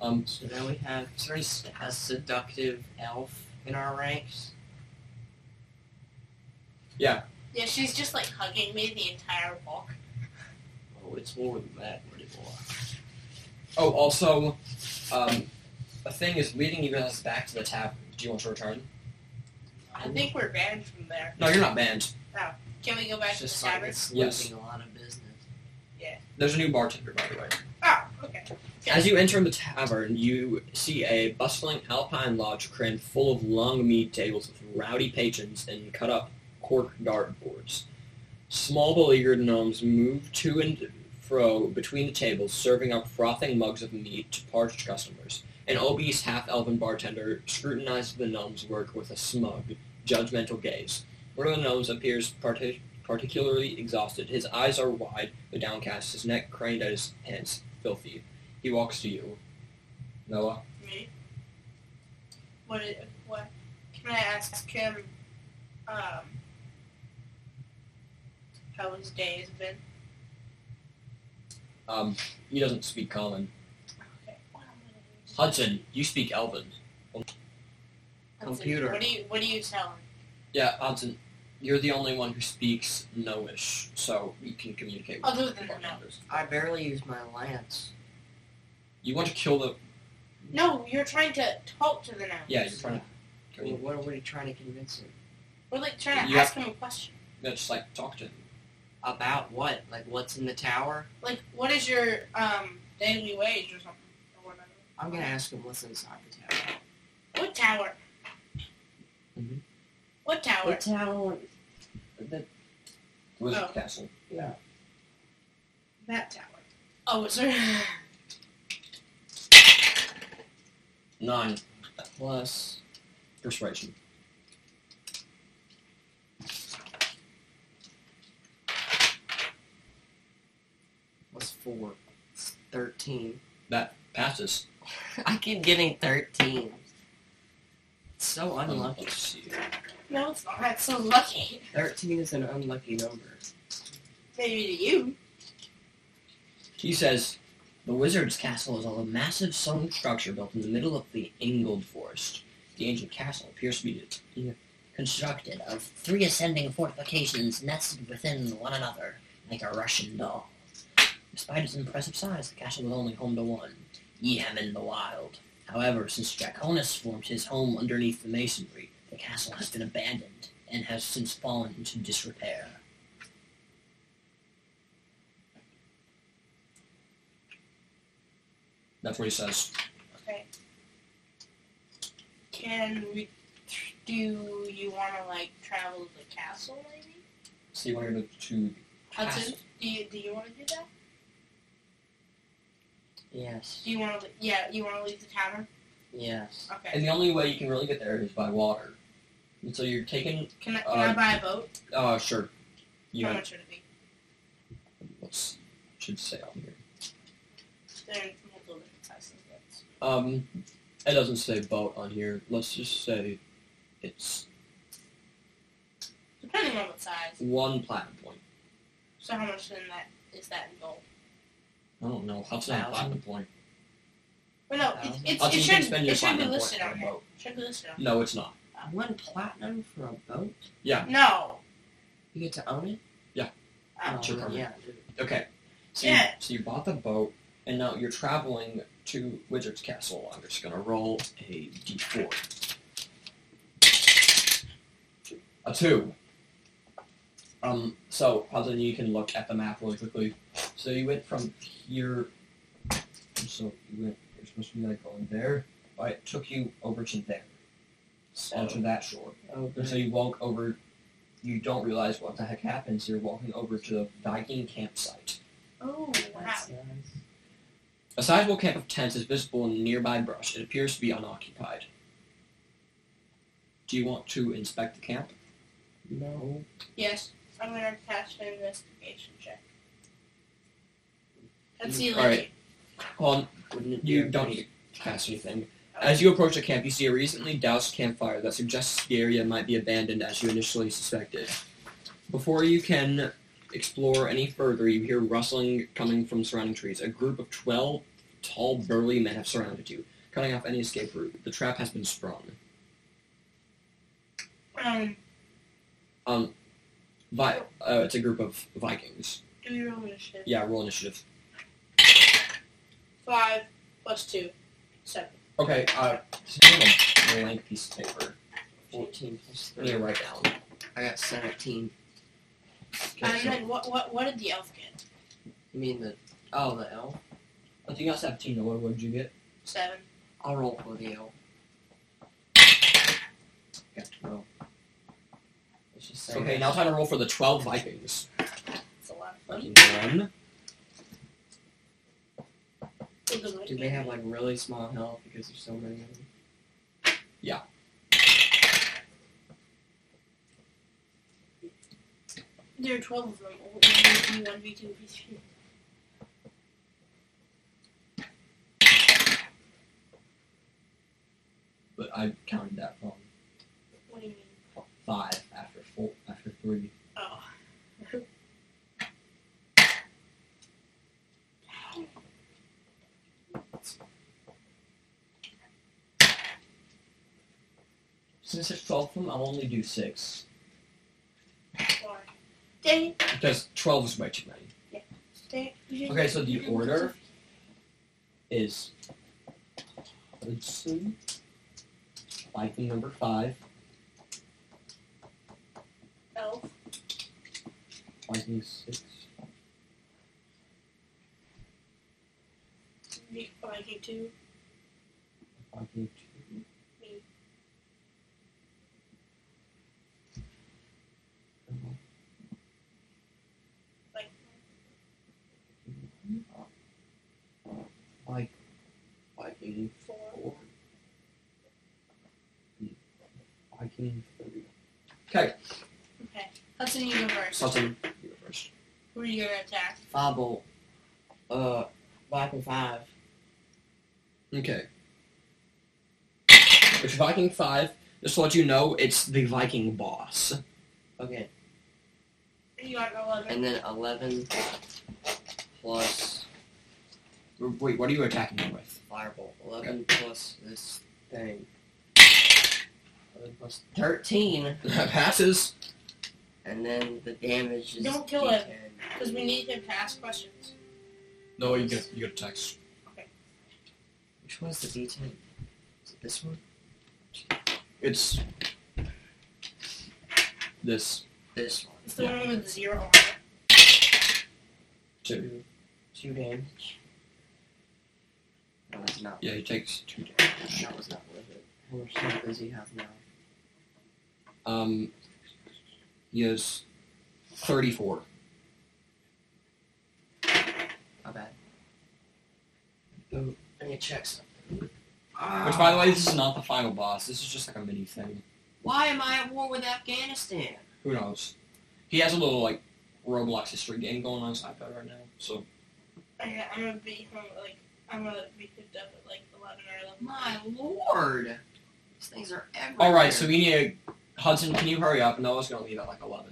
Speaker 1: Um,
Speaker 3: So now we have sort of s- a seductive elf in our ranks.
Speaker 2: Yeah, she's just like hugging me the entire walk.
Speaker 3: Oh, it's more than that, what it was.
Speaker 1: oh, also, um, a thing is leading you guys back to the tavern. Do you want to return?
Speaker 2: I think we're banned from there.
Speaker 1: No, you're not banned.
Speaker 2: Can we go back
Speaker 3: It's
Speaker 2: to the
Speaker 3: just like
Speaker 2: tavern?
Speaker 3: it's
Speaker 1: Yes.
Speaker 3: losing a lot of business.
Speaker 1: There's a new bartender, by the way.
Speaker 2: Oh, okay.
Speaker 1: As you enter the tavern, you see a bustling Alpine lodge crammed full of long mead tables with rowdy patrons and cut-up cork dart boards. Small beleaguered gnomes move to and fro between the tables, serving up frothing mugs of mead to parched customers. An obese half-elven bartender scrutinizes the gnome's work with a smug, judgmental gaze. One of the gnomes appears parti- particularly exhausted. His eyes are wide, but downcast, his neck craned at his pants, filthy. He walks to you. Noah?
Speaker 2: Me? What, i- what? Can I ask him, um, how his day has been?
Speaker 1: Um, he doesn't speak common.
Speaker 2: Okay. What am I gonna do?
Speaker 1: Hudson, you speak Elven.
Speaker 2: Hudson,
Speaker 3: Computer.
Speaker 2: What do you, what do you tell him?
Speaker 1: Yeah, Hudson, you're the only one who speaks Noish, so you can communicate with
Speaker 2: Other than
Speaker 1: the
Speaker 2: no.
Speaker 1: others.
Speaker 3: I barely use my lance.
Speaker 1: You want to kill the...
Speaker 2: No, you're trying to talk to the nuns.
Speaker 1: Yeah, you're trying to... kill
Speaker 3: Well,
Speaker 1: him.
Speaker 3: what are we trying to convince him?
Speaker 2: We're like trying to
Speaker 1: You have-
Speaker 2: ask him a question.
Speaker 1: No, just, like, talk to him.
Speaker 3: About what? Like what's in the tower?
Speaker 2: Like, what is your, um, daily wage or something? Or whatever.
Speaker 3: I'm gonna ask him what's inside the tower.
Speaker 2: What tower?
Speaker 1: Mhm.
Speaker 2: What tower?
Speaker 3: tower. The,
Speaker 1: Wizard
Speaker 2: Oh.
Speaker 1: Castle.
Speaker 2: That tower. Oh, is there?
Speaker 1: Nine.
Speaker 3: plus
Speaker 1: Persuasion.
Speaker 3: plus four. It's Thirteen.
Speaker 1: That passes.
Speaker 3: I keep getting thirteen. It's so
Speaker 1: Um,
Speaker 3: unlucky.
Speaker 1: let's see.
Speaker 2: No, it's not. That's so lucky.
Speaker 3: Thirteen is an unlucky number.
Speaker 2: Maybe to you.
Speaker 1: He says, The wizard's castle is a massive stone structure built in the middle of the Ingold Forest. The ancient castle appears to be
Speaker 5: constructed of three ascending fortifications nested within one another like a Russian doll. Despite its impressive size, the castle was only home to one, Yemen the Wild. However, since Draconis formed his home underneath the masonry, the castle has been abandoned and has since fallen into disrepair.
Speaker 1: That's what he says.
Speaker 2: Can we? Do you want to like travel to the castle maybe?
Speaker 1: So you want to go to
Speaker 2: Hudson, do you do you want to do that?
Speaker 5: Yes,
Speaker 2: Do you want to? Yeah, you want to leave the tavern?
Speaker 5: yes.
Speaker 2: Okay.
Speaker 1: And the only way you can really get there is by water. And so you're taking
Speaker 2: Can I can
Speaker 1: uh,
Speaker 2: I buy a boat?
Speaker 1: uh sure. You
Speaker 2: How
Speaker 1: have
Speaker 2: much would it be?
Speaker 1: what's should say on here.
Speaker 2: There multiple different sizes. boats.
Speaker 1: Um it doesn't say boat on here. Let's just say it's
Speaker 2: Depending on what size.
Speaker 1: one platinum point.
Speaker 2: So how much then that is that in gold?
Speaker 1: I don't know. Hudson had a platinum point.
Speaker 2: Well, no, it,
Speaker 3: Thousand.
Speaker 2: it's,
Speaker 1: Uh, Hudson
Speaker 2: it
Speaker 1: you can
Speaker 2: should
Speaker 1: spend your
Speaker 2: it should be
Speaker 1: platinum
Speaker 2: listed
Speaker 1: point
Speaker 2: on
Speaker 1: on a
Speaker 2: here.
Speaker 1: boat.
Speaker 2: Should be listed on.
Speaker 1: No, it's not.
Speaker 3: One platinum for a boat?
Speaker 1: Yeah.
Speaker 2: No.
Speaker 3: You get to own it?
Speaker 1: Yeah.
Speaker 3: Oh,
Speaker 1: Sure.
Speaker 3: then yeah.
Speaker 1: Okay. So you,
Speaker 2: Yeah.
Speaker 1: so you bought the boat and now you're traveling to Wizard's Castle. I'm just gonna roll a D four. A two. Um, so Hudson, you can look at the map really quickly. So you went from here so you went you're supposed to be like going there. But it took you over to there. Onto that shore. And so
Speaker 3: Okay.
Speaker 1: you walk over. You don't realize what the heck happens. You're walking over to the Viking campsite.
Speaker 2: Oh wow.
Speaker 3: That's nice.
Speaker 1: A sizable camp of tents is visible in nearby brush. It appears to be unoccupied. Do you want to inspect the camp?
Speaker 3: No.
Speaker 2: Yes, I'm gonna cast an investigation check. Let's see.
Speaker 1: All right. Well,
Speaker 3: Wouldn't it be
Speaker 1: you
Speaker 3: a
Speaker 1: don't
Speaker 3: pretty-
Speaker 1: need to cast anything.
Speaker 2: Oh.
Speaker 1: As you approach the camp, you see a recently doused campfire that suggests the area might be abandoned as you initially suspected. Before you can explore any further, you hear rustling coming from surrounding trees. A group of 12 tall, burly men have surrounded you, cutting off any escape route. The trap has been sprung.
Speaker 2: Um,
Speaker 1: Um, Vi- uh, it's a group of Vikings.
Speaker 2: do your own initiative.
Speaker 1: Yeah, roll initiative.
Speaker 2: Five plus two, seven.
Speaker 1: Okay, uh, just a little blank piece of paper.
Speaker 3: 14 plus
Speaker 1: I need
Speaker 3: 3.
Speaker 1: to write down.
Speaker 3: I got 17.
Speaker 1: Okay,
Speaker 2: and
Speaker 1: so,
Speaker 2: then what? What? What did the elf get?
Speaker 3: You mean the. Oh, the elf?
Speaker 1: I think I got 17. What would you get?
Speaker 2: Seven.
Speaker 3: I'll roll for the elf. Got 12. Let's just say.
Speaker 1: Okay, now time to roll for the 12 Vikings.
Speaker 2: That's a lot of fun.
Speaker 1: One.
Speaker 3: Do they have like really small health because there's so many of them?
Speaker 1: Yeah.
Speaker 2: There are twelve of them. One v one, v two, v three.
Speaker 1: But I counted that from
Speaker 2: What do you mean?
Speaker 1: 5 after 4, after 3.
Speaker 2: Oh.
Speaker 1: Since there's 12 of them, I'll only do 6.
Speaker 2: Why? Dang,
Speaker 1: Because 12 is way too many.
Speaker 2: dang. you
Speaker 1: Okay, so the
Speaker 2: should-
Speaker 1: order is Hudson, Viking number 5,
Speaker 2: Elf.
Speaker 1: Viking 6,
Speaker 2: Me, Viking oh, two.
Speaker 1: Viking 2.
Speaker 2: Me. Like
Speaker 1: Like Viking
Speaker 2: four.
Speaker 1: four. Viking three. Okay,
Speaker 2: Okay. That's in universe.
Speaker 1: something. You go first.
Speaker 2: Who are you gonna attack?
Speaker 3: Fobble. Uh, Viking 5.
Speaker 1: Okay. It's Viking five. Just to let you know, it's the Viking boss.
Speaker 3: Okay.
Speaker 2: You got an eleven.
Speaker 3: And then 11 plus
Speaker 1: Wait, what are you attacking him with?
Speaker 3: Fireball. 11 plus this thing. 11 plus 13.
Speaker 1: That passes.
Speaker 3: And then the damage is.
Speaker 2: Don't kill
Speaker 3: D10.
Speaker 2: it. Because we need him to ask questions.
Speaker 1: No, you get you get attacks.
Speaker 3: Which one's the D10? Is it this one?
Speaker 1: It's this
Speaker 3: This one.
Speaker 2: It's the
Speaker 1: Yeah.
Speaker 2: one with zero on
Speaker 1: two.
Speaker 3: Two damage. That was not.
Speaker 1: Yeah, he takes two damage.
Speaker 3: That was not worth it. How much health does he have now?
Speaker 1: Um, he has 34.
Speaker 3: My bad. Ooh, I need to check something. Ah.
Speaker 1: Which, by the way, this is not the final boss. This is just like a mini thing.
Speaker 3: why am I at war with Afghanistan?
Speaker 1: Who knows? He has a little, like, Roblox history game going on his iPad right now. So,
Speaker 2: it. I'm gonna be home at, like I'm gonna be picked up at like eleven or eleven.
Speaker 3: My lord, these things are everywhere.
Speaker 1: all right. So we need a Hudson. Can you hurry up? Noah's gonna leave at like 11.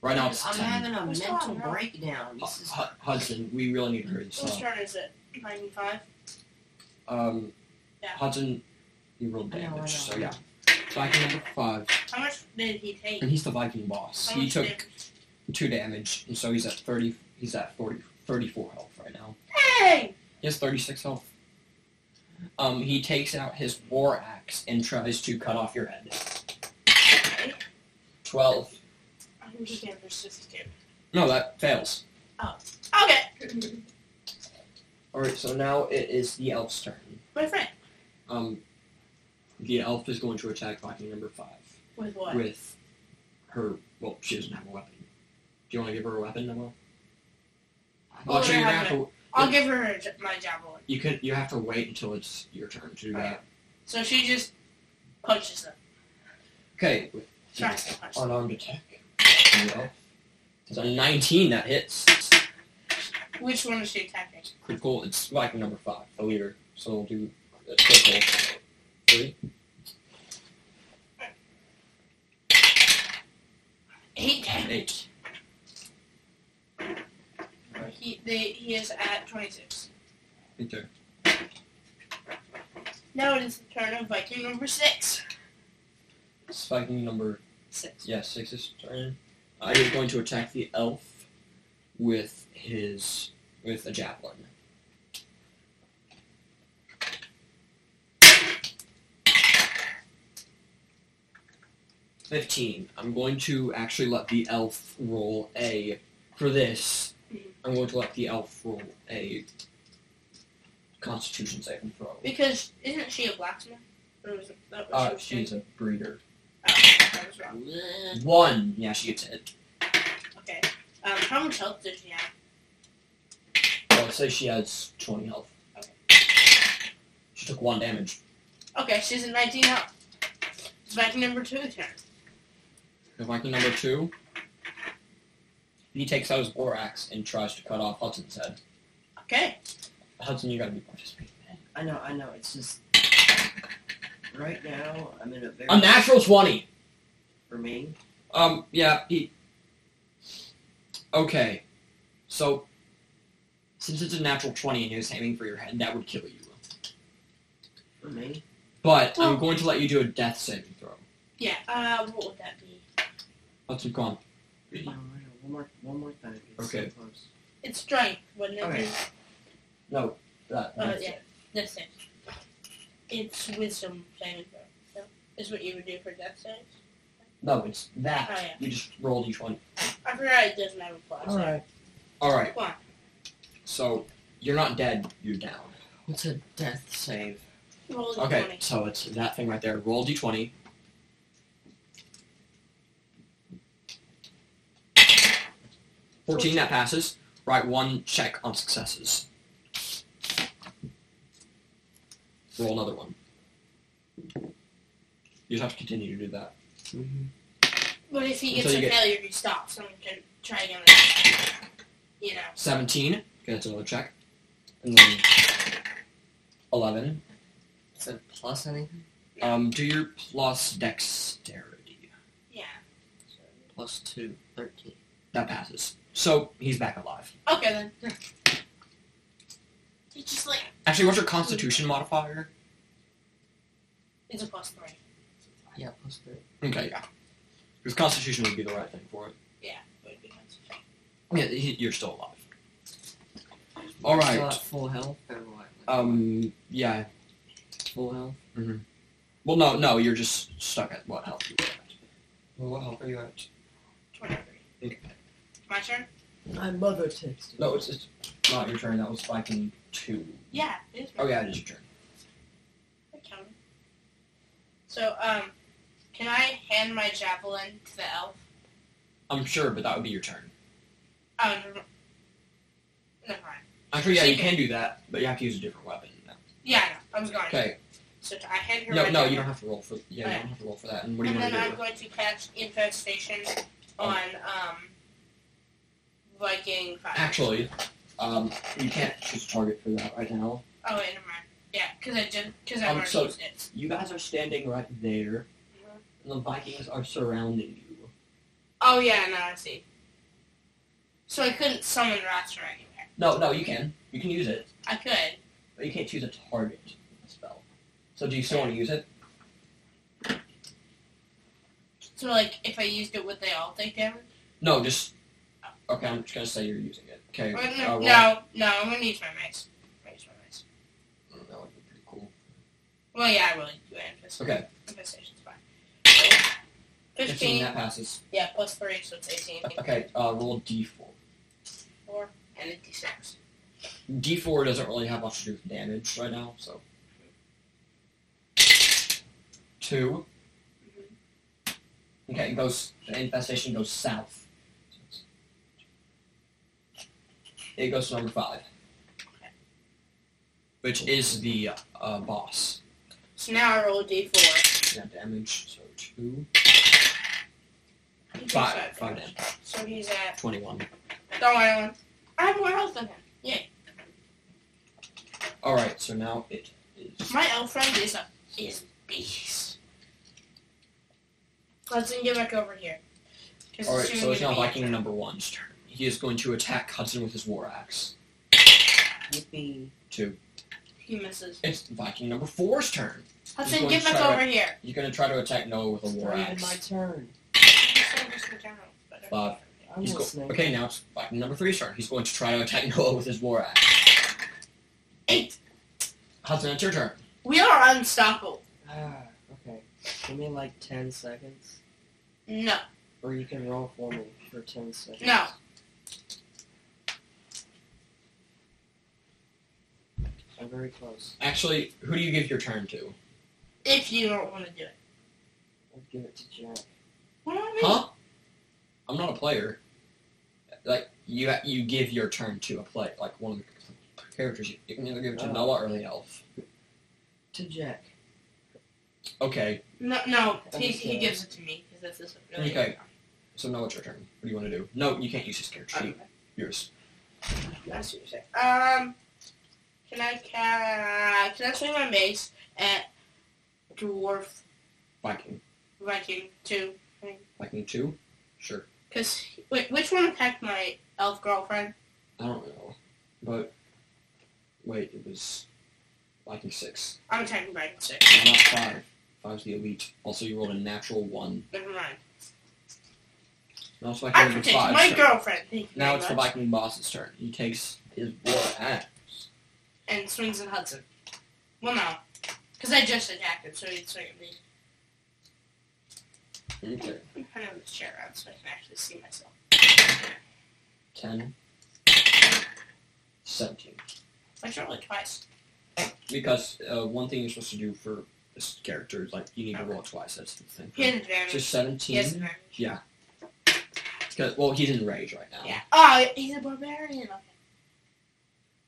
Speaker 1: Right now it's
Speaker 3: I'm
Speaker 1: 10.
Speaker 3: having a
Speaker 2: We're still
Speaker 3: mental
Speaker 2: on, right?
Speaker 3: breakdown. This is
Speaker 1: Hu- Hudson, we really need to hurry this
Speaker 2: Whose
Speaker 1: up.
Speaker 2: turn is it? Ninety-five.
Speaker 1: Um,
Speaker 2: Yeah.
Speaker 1: Hudson, you rolled
Speaker 3: I know, I know.
Speaker 1: damage. So yeah, Viking number five,
Speaker 2: How much did he take?
Speaker 1: and he's the Viking boss.
Speaker 2: How
Speaker 1: He
Speaker 2: much
Speaker 1: took
Speaker 2: did-
Speaker 1: two damage, and so he's at 30. He's at 40, 34 health right now.
Speaker 2: Hey!
Speaker 1: He has 36 health. Um, he takes out his war axe and tries to cut off your head. 12.
Speaker 2: I'm just gonna persist again.
Speaker 1: No, that fails.
Speaker 2: Okay.
Speaker 1: All right, so now it is the elf's turn.
Speaker 2: My friend.
Speaker 1: Um, the elf is going to attack Viking number five
Speaker 2: With what?
Speaker 1: with her. Well, she doesn't have a weapon. Do you want to give her a weapon, Noah?
Speaker 2: Oh,
Speaker 1: Actually,
Speaker 2: I
Speaker 1: you're gonna
Speaker 2: have
Speaker 1: have to.
Speaker 2: I'll give her, her j- my javelin.
Speaker 1: You can. You have to wait until it's your turn to do that.
Speaker 2: So she just punches them.
Speaker 1: Okay.
Speaker 2: Tries to punch them.
Speaker 1: Unarmed attack. No. It's a 19 that hits.
Speaker 2: Which one is she attacking?
Speaker 1: Critical. It's Viking number five, the leader. So we'll do uh, critical. Three.
Speaker 2: Eight damage.
Speaker 1: Eight.
Speaker 2: He, they, he is at 26.
Speaker 1: Okay.
Speaker 2: Now it is the turn of Viking number 6.
Speaker 1: It's Viking number
Speaker 2: 6.
Speaker 1: Yeah, six is turn. I is going to attack the elf with his with a javelin. Fifteen. I'm going to actually let the elf roll a for this. I'm going to let the elf roll a Constitution saving throw.
Speaker 2: Because isn't she a blacksmith? Or was it, that was
Speaker 1: Uh,
Speaker 2: she was
Speaker 1: she's a breeder.
Speaker 2: doing? Oh, I was wrong.
Speaker 3: bleh.
Speaker 1: One. Yeah, she gets hit.
Speaker 2: Okay. Um, how much health does she have?
Speaker 1: Well, say she has 20 health.
Speaker 2: Okay.
Speaker 1: She took one damage.
Speaker 2: Okay, she's at 19 health. It's Viking number 2 turn.
Speaker 1: Viking number two. He takes out his war axe and tries to cut off Hudson's head.
Speaker 2: Okay.
Speaker 1: Hudson, you gotta be participating. man.
Speaker 3: I know, I know. It's just right now I'm in a very
Speaker 1: A natural 20!
Speaker 3: for me.
Speaker 1: Um, yeah, he. Okay. So, since it's a natural 20 and he was aiming for your head, that would kill you.
Speaker 3: For me,
Speaker 1: But
Speaker 2: Well-
Speaker 1: I'm going to let you do a death saving throw.
Speaker 2: Yeah, uh, what would that be?
Speaker 1: Hudson, come on.
Speaker 3: No, I know. One more, one more thing. It's
Speaker 1: Okay.
Speaker 3: So close.
Speaker 2: It's strength, wouldn't it?
Speaker 3: Okay.
Speaker 1: No. That,
Speaker 2: Uh,
Speaker 1: that's
Speaker 2: yeah,
Speaker 1: it.
Speaker 2: that's it. It's wisdom saving throw. So, is what you would do for death saves?
Speaker 1: No, it's that.
Speaker 2: Oh, yeah.
Speaker 1: You just rolled each one.
Speaker 2: I forgot it doesn't have a plus.
Speaker 3: right.
Speaker 1: Alright.
Speaker 2: Come on.
Speaker 1: So you're not dead, you're down.
Speaker 3: What's a death save?
Speaker 2: Roll a
Speaker 1: Okay,
Speaker 2: 20.
Speaker 1: so it's that thing right there. Roll d20. Fourteen, that passes. Write one check on successes. Roll another one. You just have to continue to do that.
Speaker 2: But if he gets
Speaker 1: Until
Speaker 2: a
Speaker 1: you get-
Speaker 2: failure, he stops and can try again. later. You know.
Speaker 1: Seventeen. Okay, that's another check. And then eleven.
Speaker 3: Is it plus anything?
Speaker 1: Um, do your plus dexterity.
Speaker 2: Yeah.
Speaker 3: Plus two. Thirteen.
Speaker 1: That passes. So he's back alive.
Speaker 2: Okay then. It's just like
Speaker 1: Actually, what's your Constitution modifier?
Speaker 2: it's a plus three.
Speaker 3: Yeah, plus three.
Speaker 1: Okay, yeah. Because Constitution would be the right thing for it.
Speaker 2: But it'd be nice.
Speaker 1: Yeah, y- you're still alive. All
Speaker 3: Still
Speaker 1: right.
Speaker 3: at uh, full health or what?
Speaker 1: Um. Yeah.
Speaker 3: full health.
Speaker 1: Well, no, no. You're just stuck at what health you were at. Well, what health are you at?
Speaker 2: Twenty-three.
Speaker 1: Okay.
Speaker 2: My turn.
Speaker 3: My mother texted.
Speaker 1: No, it's, it's not your turn. That was Viking two.
Speaker 2: Yeah, it is. my
Speaker 1: Oh yeah, it is your turn.
Speaker 2: I counted. So, um, can I hand my javelin to the elf?
Speaker 1: I'm sure, but that would be your turn.
Speaker 2: Oh, no, no. Never mind.
Speaker 1: Actually, yeah, you can do that, but you have to use a different weapon.
Speaker 2: Yeah, I know. I was going.
Speaker 1: Okay.
Speaker 2: So I hand her
Speaker 1: No,
Speaker 2: my
Speaker 1: no,
Speaker 2: javelin.
Speaker 1: you don't have to roll for. Yeah, you
Speaker 2: Okay.
Speaker 1: don't have to roll for that. And what do you
Speaker 2: and
Speaker 1: want
Speaker 2: then
Speaker 1: to
Speaker 2: I'm
Speaker 1: do?
Speaker 2: going to catch infestation
Speaker 1: Oh.
Speaker 2: on um Viking fire.
Speaker 1: Actually, um, you can't choose a target for that right now.
Speaker 2: Oh wait, never mind. Yeah, because I just because I
Speaker 1: Um,
Speaker 2: already
Speaker 1: so-
Speaker 2: used it.
Speaker 1: You guys are standing right there, and the Vikings are surrounding you.
Speaker 2: Oh yeah, no, I see. So I couldn't summon Rats from anywhere.
Speaker 1: No, no, you can. You can use it,
Speaker 2: I could.
Speaker 1: but you can't choose a target with the spell. So do you still want to use it?
Speaker 2: So like, if I used it, would they all take damage?
Speaker 1: No, just. Okay, I'm just gonna say you're using it. Okay.
Speaker 2: Or
Speaker 1: uh,
Speaker 2: no,
Speaker 1: roll.
Speaker 2: no, no, I'm gonna use my mace. I'm gonna use my mace.
Speaker 1: Mm, That would be pretty cool.
Speaker 2: Well, yeah, I really do infestation.
Speaker 1: Okay,
Speaker 2: Infestation's fine. Fifteen.
Speaker 1: that passes.
Speaker 2: Yeah, plus three, so it's eighteen.
Speaker 1: Okay, uh, roll d4.
Speaker 2: Four and a d six.
Speaker 1: D4 doesn't really have much to do with damage right now, so. Two. Okay, it goes. The infestation goes south. It goes to number five, which is the uh, boss.
Speaker 2: So now I roll a d four.
Speaker 1: Yeah, damage. So two,
Speaker 2: He takes
Speaker 1: five, five damage,
Speaker 2: So he's at
Speaker 1: twenty-one.
Speaker 2: don't worry, everyone. I have more health than him. Yay.
Speaker 1: All right, so now it is.
Speaker 2: My elf friend is a is beast. Let's then get back over here. 'Cause
Speaker 1: All right,
Speaker 2: soon
Speaker 1: so it's
Speaker 2: gonna
Speaker 1: now
Speaker 2: be-
Speaker 1: Viking number one's turn. He is going to attack Hudson with his war axe.
Speaker 3: Yippee.
Speaker 1: Two.
Speaker 2: He misses.
Speaker 1: It's Viking number four's turn.
Speaker 2: Hudson,
Speaker 1: going
Speaker 2: get
Speaker 1: to
Speaker 2: back
Speaker 1: try to-
Speaker 2: over here.
Speaker 1: You're gonna try to attack Noah with a
Speaker 3: It's
Speaker 1: war
Speaker 3: not even my
Speaker 1: axe.
Speaker 3: turn.
Speaker 2: Hudson, just in general, but-
Speaker 1: Five.
Speaker 3: I'm
Speaker 1: He's go-
Speaker 3: listening.
Speaker 1: okay, now it's Viking number three's turn. He's going to try to attack Noah with his war axe.
Speaker 2: Eight.
Speaker 1: Hudson, it's your turn.
Speaker 2: We are unstoppable.
Speaker 3: Ah, okay. Give me like 10 seconds,
Speaker 2: No.
Speaker 3: or you can roll for me for 10 seconds.
Speaker 2: No.
Speaker 3: I'm very close.
Speaker 1: Actually, who do you give your turn to?
Speaker 2: If you don't want to do it.
Speaker 3: I'll give it to Jack.
Speaker 2: What do I mean?
Speaker 1: Huh? I'm not a player. Like you, you give your turn to a play, like one of the characters. You- You can either give it to
Speaker 3: Oh.
Speaker 1: Noah or the elf.
Speaker 3: To Jack.
Speaker 1: Okay,
Speaker 2: No, no. He, he
Speaker 3: Understand.
Speaker 2: gives it to me because that's his really
Speaker 1: Okay. so Noah, it's your turn. What do you want to do? No, you can't use his character sheet. Yours.
Speaker 2: I see what you're saying. Um, can I ca- can I swing my mace at dwarf
Speaker 1: Viking,
Speaker 2: Viking two?
Speaker 1: Viking two. Sure.
Speaker 2: Cause wait, which one attacked my elf girlfriend?
Speaker 1: I don't know, but wait, it was Viking six.
Speaker 2: I'm attacking Viking six.
Speaker 1: Why not five? Five's the elite. Also, you rolled a natural one.
Speaker 2: Never mind.
Speaker 1: Now it's Viking
Speaker 2: I'm
Speaker 1: number
Speaker 2: protecting
Speaker 1: five.
Speaker 2: my
Speaker 1: turn.
Speaker 2: girlfriend. Thank you
Speaker 1: Now
Speaker 2: very
Speaker 1: it's the
Speaker 2: much.
Speaker 1: Viking boss's turn. He takes his war axe.
Speaker 2: and swings at Hudson. Well, no, cause I just attacked him, so he'd swing at me.
Speaker 1: Okay.
Speaker 2: I'm kind of in this chair around so I can actually see myself.
Speaker 1: 10, 17.
Speaker 2: I rolled it twice.
Speaker 1: Because uh, one thing you're supposed to do for this character is like you need to roll it twice. That's the thing.
Speaker 2: He has advantage.
Speaker 1: Just 17.
Speaker 2: he has advantage.
Speaker 1: 'Cause- well, he's in rage right now.
Speaker 2: Yeah. Oh, he's a barbarian.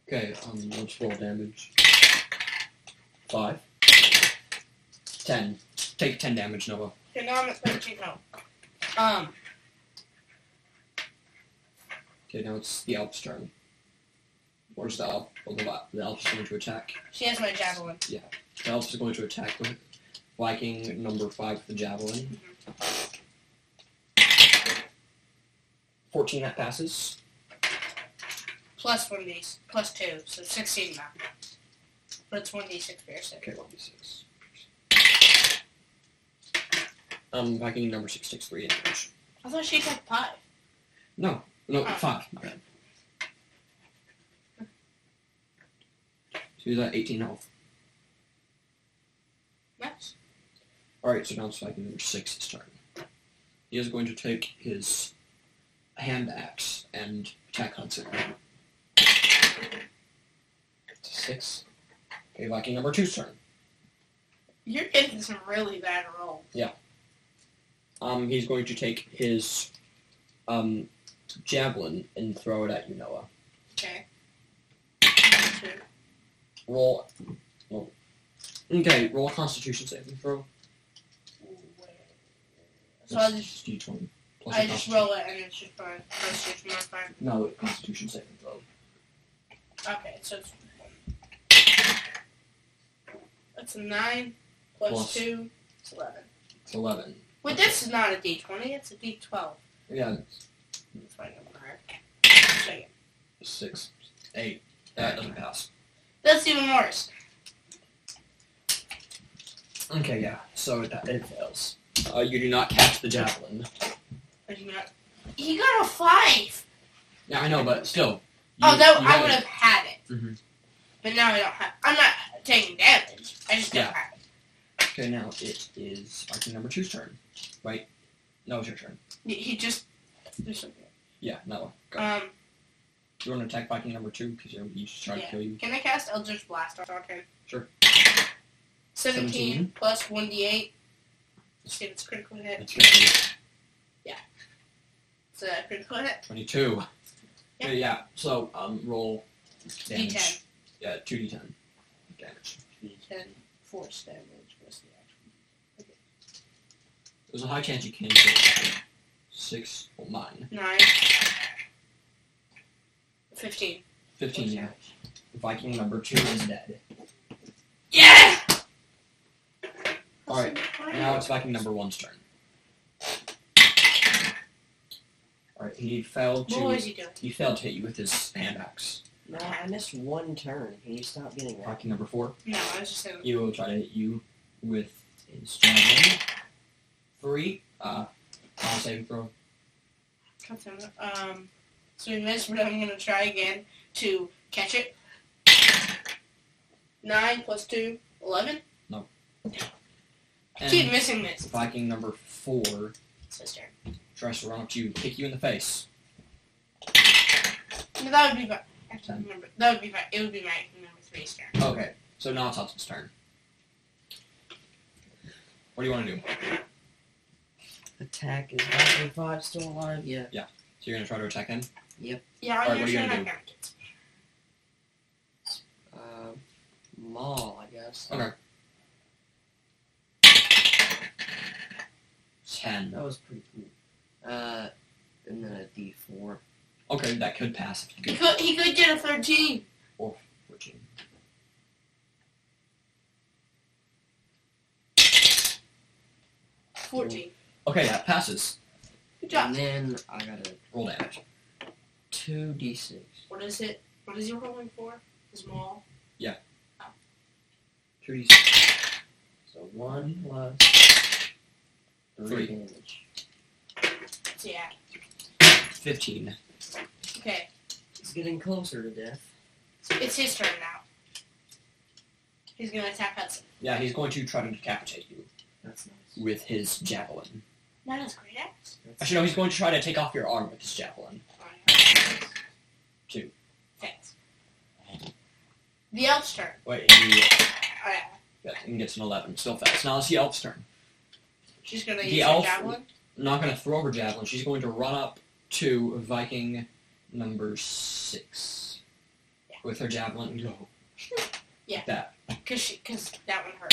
Speaker 2: Okay.
Speaker 1: Okay, um, let's roll damage. Five. Ten. Take ten damage, Noah.
Speaker 2: Okay, now I'm at 13 health. Um,
Speaker 1: Okay, now it's the elf's turn. Where's the elf? Well, the, the elf's going to attack.
Speaker 2: she has my javelin.
Speaker 1: The elf's going to attack with Viking number five with the javelin. Fourteen that passes.
Speaker 2: plus one d plus two, so sixteen now. But it's one d six piercing.
Speaker 1: Okay, one d six. Um, Viking number six takes three damage.
Speaker 2: I thought she took five.
Speaker 1: No, no,
Speaker 2: Oh.
Speaker 1: five. My bad. So he's at 18 health.
Speaker 2: Nice.
Speaker 1: Alright, so now it's Viking number six his turn. He is going to take his hand axe and attack Hudson. Six. Okay, Viking number two's turn.
Speaker 2: You're getting some really bad roll.
Speaker 1: Um, he's going to take his um, javelin and throw it at you, Noah.
Speaker 2: Okay. Two.
Speaker 1: Roll. roll. Okay, roll a Constitution saving throw.
Speaker 2: So I just,
Speaker 1: It's D20. Plus
Speaker 2: I
Speaker 1: your
Speaker 2: just
Speaker 1: Constitution.
Speaker 2: roll it and it's just fine. That's just my fine.
Speaker 1: No, Constitution saving throw.
Speaker 2: Okay, so it's that's a nine plus,
Speaker 1: Plus.
Speaker 2: plus two, it's eleven.
Speaker 1: It's 11.
Speaker 2: Wait, this is not a D twenty. It's a D twelve.
Speaker 1: Yeah,
Speaker 2: That's why I don't know. Second.
Speaker 1: six, eight. That doesn't pass.
Speaker 2: That's even worse.
Speaker 1: Okay, yeah. So it, it fails. Uh, you do not catch the javelin.
Speaker 2: I do not- He got a five.
Speaker 1: Yeah, I know, but still. You,
Speaker 2: oh, that
Speaker 1: you
Speaker 2: I
Speaker 1: gotta-
Speaker 2: would have had it.
Speaker 1: Mhm.
Speaker 2: But now I don't have. I'm not taking damage. I just don't
Speaker 1: Yeah.
Speaker 2: have it.
Speaker 1: Okay, now it is Viking number two's turn. Wait, no, it's your turn.
Speaker 2: He- He just do something.
Speaker 1: Yeah, no. Go.
Speaker 2: Um,
Speaker 1: you want to attack Viking number two because you you just tried to
Speaker 2: Yeah.
Speaker 1: kill you.
Speaker 2: can I cast Eldritch Blast on him?
Speaker 1: Sure.
Speaker 2: Seventeen,
Speaker 1: Seventeen.
Speaker 2: plus one d eight. See if it's critical hit.
Speaker 1: That's gonna be
Speaker 2: It's a critical hit.
Speaker 1: twenty-two.
Speaker 2: Yeah.
Speaker 1: Yeah. yeah. So um, roll damage.
Speaker 2: D10.
Speaker 1: Yeah, two d ten damage.
Speaker 2: D10 force damage was the action.
Speaker 1: There's a high chance you can kill. it. Six, well, mine.
Speaker 2: Nine. Fifteen.
Speaker 1: Fifteen. Yeah. Viking number two is dead.
Speaker 2: Yeah.
Speaker 1: All right. Now it's Viking number one's turn. Alright, he failed
Speaker 2: What was
Speaker 1: to
Speaker 2: he doing?
Speaker 1: he failed to hit you with his hand axe.
Speaker 3: No, I missed one turn. Can you stop getting that?
Speaker 1: Viking number four.
Speaker 2: No, I was just saying.
Speaker 1: He will try to hit you with his javelin. Three. Uh con saving throw.
Speaker 2: Um, so we missed, but I'm gonna try again to catch it. Nine plus two, eleven. I keep
Speaker 1: And
Speaker 2: missing this.
Speaker 1: Viking number four
Speaker 2: Sister.
Speaker 1: tries to run up to you, kick you in the face.
Speaker 2: No, that would be my. Actually,
Speaker 1: Ten.
Speaker 2: remember that would be my. It would be my number three star.
Speaker 1: Okay, so now it's Hudson's turn. What do you want to do?
Speaker 3: Attack is Viking five still alive? Yeah.
Speaker 1: So you're gonna try to attack him?
Speaker 2: Yeah, I'm
Speaker 1: Alright, what are you
Speaker 2: gonna
Speaker 1: gonna
Speaker 2: try
Speaker 3: Uh, maul, I guess.
Speaker 1: Okay. Ten.
Speaker 3: That was pretty cool. Uh, and then a D four.
Speaker 1: Okay, that could pass if you
Speaker 2: He
Speaker 1: get
Speaker 2: could. He could get a thirteen.
Speaker 1: fourteen.
Speaker 2: Fourteen.
Speaker 1: Okay, that passes.
Speaker 2: Good job.
Speaker 3: And then I got a
Speaker 1: Roll damage.
Speaker 3: two D six.
Speaker 2: What is it? What is he rolling for? His maul?
Speaker 1: Three.
Speaker 3: So one plus
Speaker 1: Three.
Speaker 3: three damage.
Speaker 2: Yeah.
Speaker 1: Fifteen.
Speaker 2: Okay.
Speaker 3: It's getting closer to death.
Speaker 2: It's his turn now. He's gonna attack Hudson.
Speaker 1: Yeah, he's going to try to decapitate you
Speaker 3: That's nice.
Speaker 1: with his javelin.
Speaker 2: That is great axe.
Speaker 3: That's
Speaker 1: Actually, no, he's going to try to take off your arm with his javelin. Two.
Speaker 2: Thanks. The elf's turn.
Speaker 1: Wait, and you,
Speaker 2: Oh, yeah.
Speaker 1: yeah, and gets an eleven. Still fast. Now it's the elf's turn.
Speaker 2: She's gonna
Speaker 1: The
Speaker 2: use her
Speaker 1: elf-
Speaker 2: javelin.
Speaker 1: Not going to throw her javelin. She's going to run up to Viking number six
Speaker 2: Yeah.
Speaker 1: with her javelin and go.
Speaker 2: Yeah.
Speaker 1: Like that.
Speaker 2: Cause she, cause that one hurt.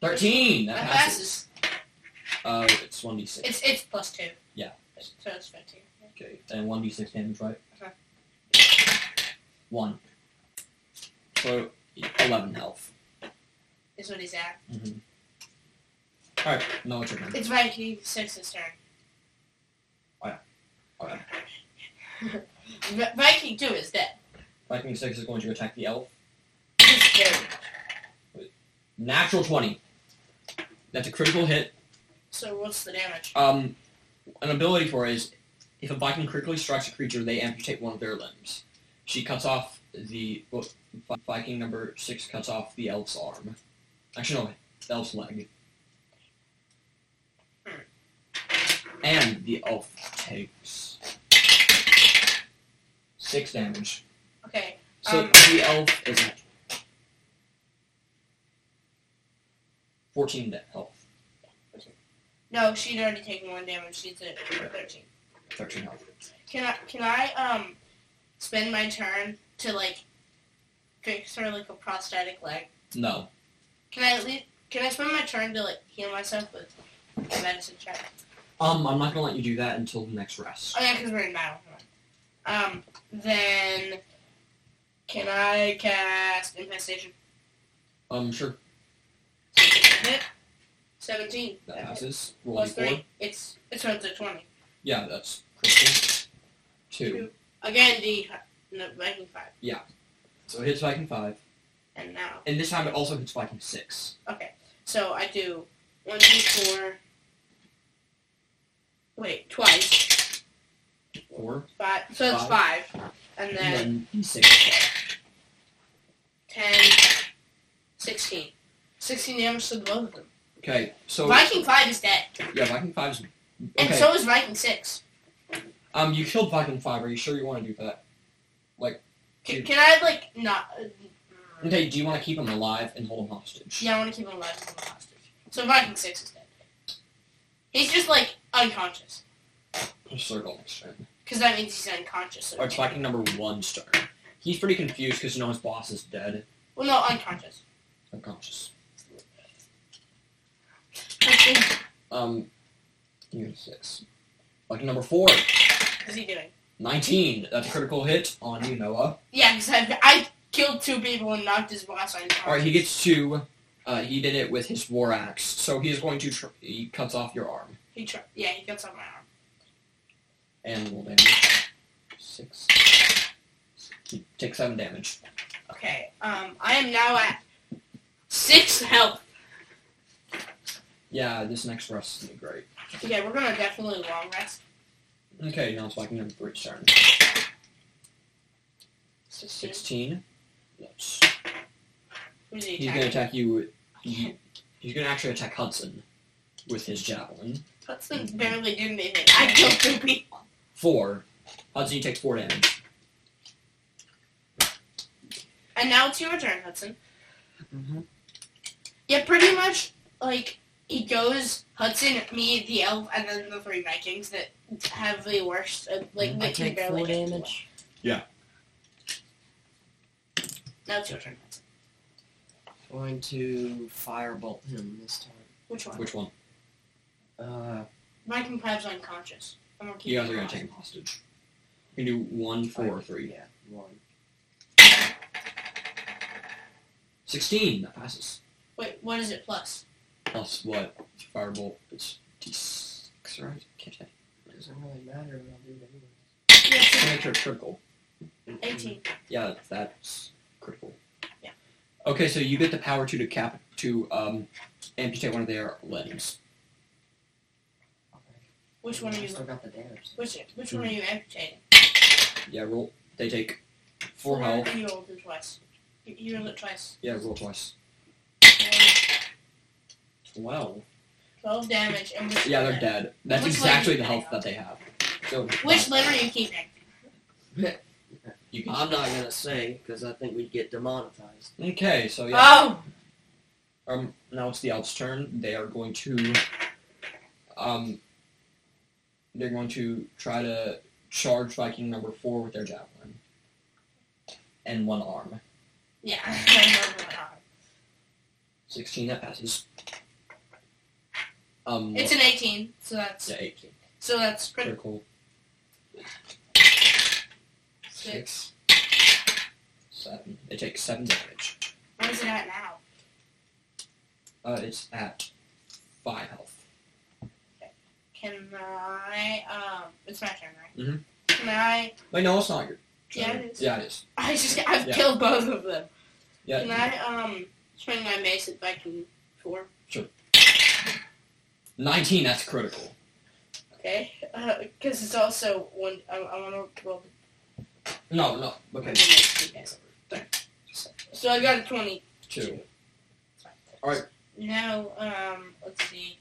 Speaker 1: Thirteen. That,
Speaker 2: That
Speaker 1: passes.
Speaker 2: passes.
Speaker 1: Uh, it's one d six.
Speaker 2: It's it's plus two.
Speaker 1: Yeah.
Speaker 2: So it's fifteen.
Speaker 1: Okay, and one d six damage, right?
Speaker 2: Okay.
Speaker 1: One. So eleven health.
Speaker 2: Is what he's at.
Speaker 1: Mm-hmm. All right, no, it's your turn.
Speaker 2: It's Viking Six's turn.
Speaker 1: Oh, yeah. Oh,
Speaker 2: yeah. V- Viking 2 is dead.
Speaker 1: Viking 6 is going to attack the elf.
Speaker 2: He's dead.
Speaker 1: Natural 20. That's a critical hit.
Speaker 2: So what's the damage?
Speaker 1: Um, an ability for it is if a Viking critically strikes a creature, they amputate one of their limbs. She cuts off the. Well, Vi- Viking number 6 cuts off the elf's arm. Actually, no, elf's leg. And the elf takes. 6 damage.
Speaker 2: Okay.
Speaker 1: So
Speaker 2: Um,
Speaker 1: the elf is at 14 to health.
Speaker 2: No, she'd already taken one damage. She's at 13.
Speaker 1: 13 health.
Speaker 2: Can I, can I, um, spend my turn to, like, fix her, like, a prosthetic leg?
Speaker 1: No.
Speaker 2: Can I at least, can I spend my turn to, like, heal myself with a medicine check?
Speaker 1: Um, I'm not gonna let you do that until the next rest.
Speaker 2: Oh yeah, because we're in battle. Um, then can I cast infestation?
Speaker 1: Um, sure.
Speaker 2: Hit? Seventeen.
Speaker 1: That passes. Roll
Speaker 2: Plus
Speaker 1: d4.
Speaker 2: three. It's it's turns to twenty.
Speaker 1: Yeah, that's critical. Two.
Speaker 2: Two. Again, the no, Viking five.
Speaker 1: So it hits Viking 5.
Speaker 2: And now,
Speaker 1: And this time it also hits Viking 6.
Speaker 2: okay. So I do one d four. Wait, twice.
Speaker 1: 4.
Speaker 2: Five. So it's five. And
Speaker 1: And
Speaker 2: then
Speaker 1: then d6.
Speaker 2: ten. Sixteen. Sixteen damage to the both of them.
Speaker 1: Okay, so.
Speaker 2: Viking five is dead,
Speaker 1: Yeah, Viking 5 is.
Speaker 2: and
Speaker 1: Okay.
Speaker 2: so is Viking six.
Speaker 1: um, you killed Viking 5. Are you sure you want to do that?
Speaker 2: Can, can I like not? Uh,
Speaker 1: Okay, do you want to keep him alive and hold him hostage?
Speaker 2: yeah, I want to keep him alive as a hostage. So Viking Six is dead. He's just like unconscious,
Speaker 1: Circle next turn.
Speaker 2: because that means he's unconscious. So
Speaker 1: Or it's Viking number one's turn. He's pretty confused because you know his boss is dead.
Speaker 2: Well, no, unconscious.
Speaker 1: Unconscious.
Speaker 2: What's
Speaker 1: Um, you six. Viking number four.
Speaker 2: is he doing?
Speaker 1: 19. That's a critical hit on you, Noah.
Speaker 2: Yeah, because I, I killed two people and knocked his boss unconscious.
Speaker 1: Alright, he gets two. Uh, he did it with his war axe. So he is going to. Tr- he cuts off your arm.
Speaker 2: He tr- yeah, he cuts off my arm.
Speaker 1: And roll damage. Six. He takes seven damage.
Speaker 2: Okay. Um, I am now at six health.
Speaker 1: Yeah, this next rest is going to be great.
Speaker 2: Okay, we're gonna definitely long rest.
Speaker 1: Okay, now it's Viking number three's turn.
Speaker 2: Sixteen.
Speaker 1: 16. That's,
Speaker 2: Who's he
Speaker 1: he's going to
Speaker 2: attacking?
Speaker 1: attack you
Speaker 2: Again.
Speaker 1: He's gonna actually attack Hudson with his javelin.
Speaker 2: Hudson barely did anything. I killed two people.
Speaker 1: Four. Hudson, you take four damage.
Speaker 2: And now it's your turn, Hudson.
Speaker 1: Mm-hmm.
Speaker 2: Yeah, pretty much. Like he goes Hudson, me, the elf, and then the three Vikings that have the worst. Uh,
Speaker 1: Mm-hmm.
Speaker 2: like
Speaker 3: I
Speaker 2: that can
Speaker 3: take
Speaker 2: barely
Speaker 3: four
Speaker 2: get to
Speaker 3: damage.
Speaker 2: it. Now it's your turn. Hudson.
Speaker 3: Going to firebolt him this time.
Speaker 2: Which one?
Speaker 1: Which one?
Speaker 3: Uh,
Speaker 2: Viking Pipe's unconscious. I'm gonna keep
Speaker 1: You guys
Speaker 2: him
Speaker 1: are gonna
Speaker 2: alive.
Speaker 1: take him hostage. You can do one, four, or three.
Speaker 3: yeah, one.
Speaker 1: Sixteen. That passes.
Speaker 2: Wait, what is it plus?
Speaker 1: Plus what? Firebolt. It's d6, right? Can't check.
Speaker 3: It doesn't really matter, but I'll do it anyway.
Speaker 2: Yeah,
Speaker 1: Just
Speaker 2: so-
Speaker 1: Make sure it's critical.
Speaker 2: Eighteen.
Speaker 1: Yeah, that's critical.
Speaker 2: Yeah.
Speaker 1: Okay, so you get the power to decap to um, amputate one of their limbs.
Speaker 3: Okay.
Speaker 2: Which one are
Speaker 3: I
Speaker 2: you?
Speaker 3: still got the damage.
Speaker 2: Which which one are you amputating?
Speaker 1: Yeah, roll. They take four health.
Speaker 2: You rolled it twice. You- You rolled it twice.
Speaker 1: Yeah, roll twice.
Speaker 2: Um,
Speaker 1: Twelve.
Speaker 2: Twelve damage. And which
Speaker 1: Yeah,
Speaker 2: limb?
Speaker 1: they're dead. That's
Speaker 2: Which
Speaker 1: exactly the
Speaker 2: leg?
Speaker 1: health that they have. So
Speaker 2: Which limb are you keeping?
Speaker 1: you can-
Speaker 3: I'm not gonna say because I think we'd get demonetized.
Speaker 1: Okay, so yeah.
Speaker 2: Oh,
Speaker 1: Um, now it's the elf's turn. They are going to, um, they're going to try to charge Viking number four with their javelin and one arm.
Speaker 2: yeah. I know what happened.
Speaker 1: Sixteen that passes. Um,
Speaker 2: It's an eighteen, so that's
Speaker 1: yeah, eighteen.
Speaker 2: so that's critical.
Speaker 1: Critical
Speaker 2: Six.
Speaker 1: seven. They take seven damage.
Speaker 2: What is it at now?
Speaker 1: Uh, it's at five health.
Speaker 2: Can I? Um, it's my turn, right?
Speaker 1: Mhm.
Speaker 2: Can I?
Speaker 1: Wait, no, it's not your.
Speaker 2: Yeah,
Speaker 1: treasure.
Speaker 2: it is.
Speaker 1: Mm-hmm. Yeah, it is.
Speaker 2: I just I've
Speaker 1: Yeah.
Speaker 2: killed both of them.
Speaker 1: Yeah.
Speaker 2: Can I um swing my mace at Viking four?
Speaker 1: 19, that's critical.
Speaker 2: Okay, because it's also one. I, I want to roll.
Speaker 1: No, no. Okay.
Speaker 2: So I got a twenty.
Speaker 1: Two.
Speaker 2: Now um let's see.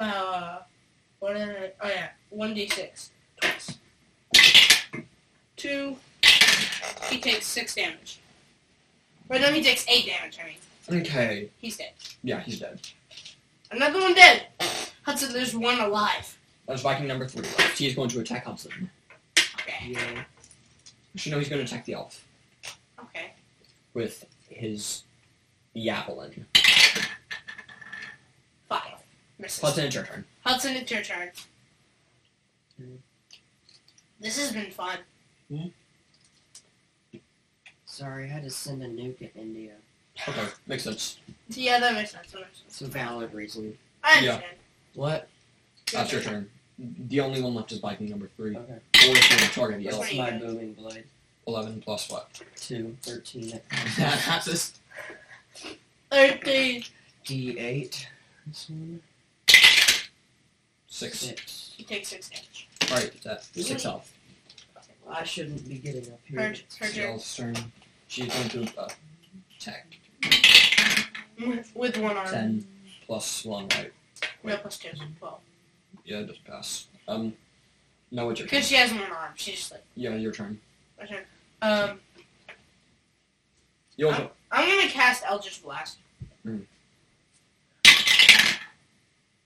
Speaker 2: Uh, what? Did I, oh yeah, one d six twice. Two. He takes six damage. Right, no, he takes eight damage. I mean,
Speaker 1: Okay.
Speaker 2: he's dead.
Speaker 1: Yeah, he's dead.
Speaker 2: Another one dead. Hudson, there's one alive.
Speaker 1: That's Viking number three left. He is going to attack Hudson.
Speaker 2: Okay.
Speaker 3: Yeah.
Speaker 1: Actually, no, he's going to attack the elf
Speaker 2: Okay.
Speaker 1: with his javelin.
Speaker 2: Five. Misses.
Speaker 1: Hudson, it's your turn.
Speaker 2: Hudson, it's your turn.
Speaker 3: Mm.
Speaker 2: This has been fun.
Speaker 3: Sorry, I had to send a nuke at India.
Speaker 1: Okay, makes sense.
Speaker 2: Yeah, that makes sense. That makes sense.
Speaker 3: It's a valid reason.
Speaker 2: I
Speaker 1: Yeah.
Speaker 2: understand.
Speaker 3: What?
Speaker 1: That's your turn. The only one left is Viking number three. Or
Speaker 3: Okay.
Speaker 1: if you want to target the elf.
Speaker 3: What's my booming blade?
Speaker 1: 11 plus what?
Speaker 3: Two, thirteen.
Speaker 1: That's just-
Speaker 2: Thirteen.
Speaker 3: D8. This one.
Speaker 1: six.
Speaker 3: Six.
Speaker 2: He takes six damage.
Speaker 1: Alright, that. Six elf.
Speaker 3: I shouldn't be getting up here.
Speaker 2: Her, her
Speaker 1: It's the elf's turn. She's going to uh, attack.
Speaker 2: turn. With one arm.
Speaker 1: 10 plus 1, right?
Speaker 2: No, plus two. Twelve.
Speaker 1: Yeah, it does pass. Um, no, it's your turn.
Speaker 2: Because she has one arm. She's just like,
Speaker 1: Yeah, your turn.
Speaker 2: my turn. Um,
Speaker 1: Your
Speaker 2: Oh.
Speaker 1: turn.
Speaker 2: I'm going to cast Eldritch Blast.
Speaker 1: Hmm.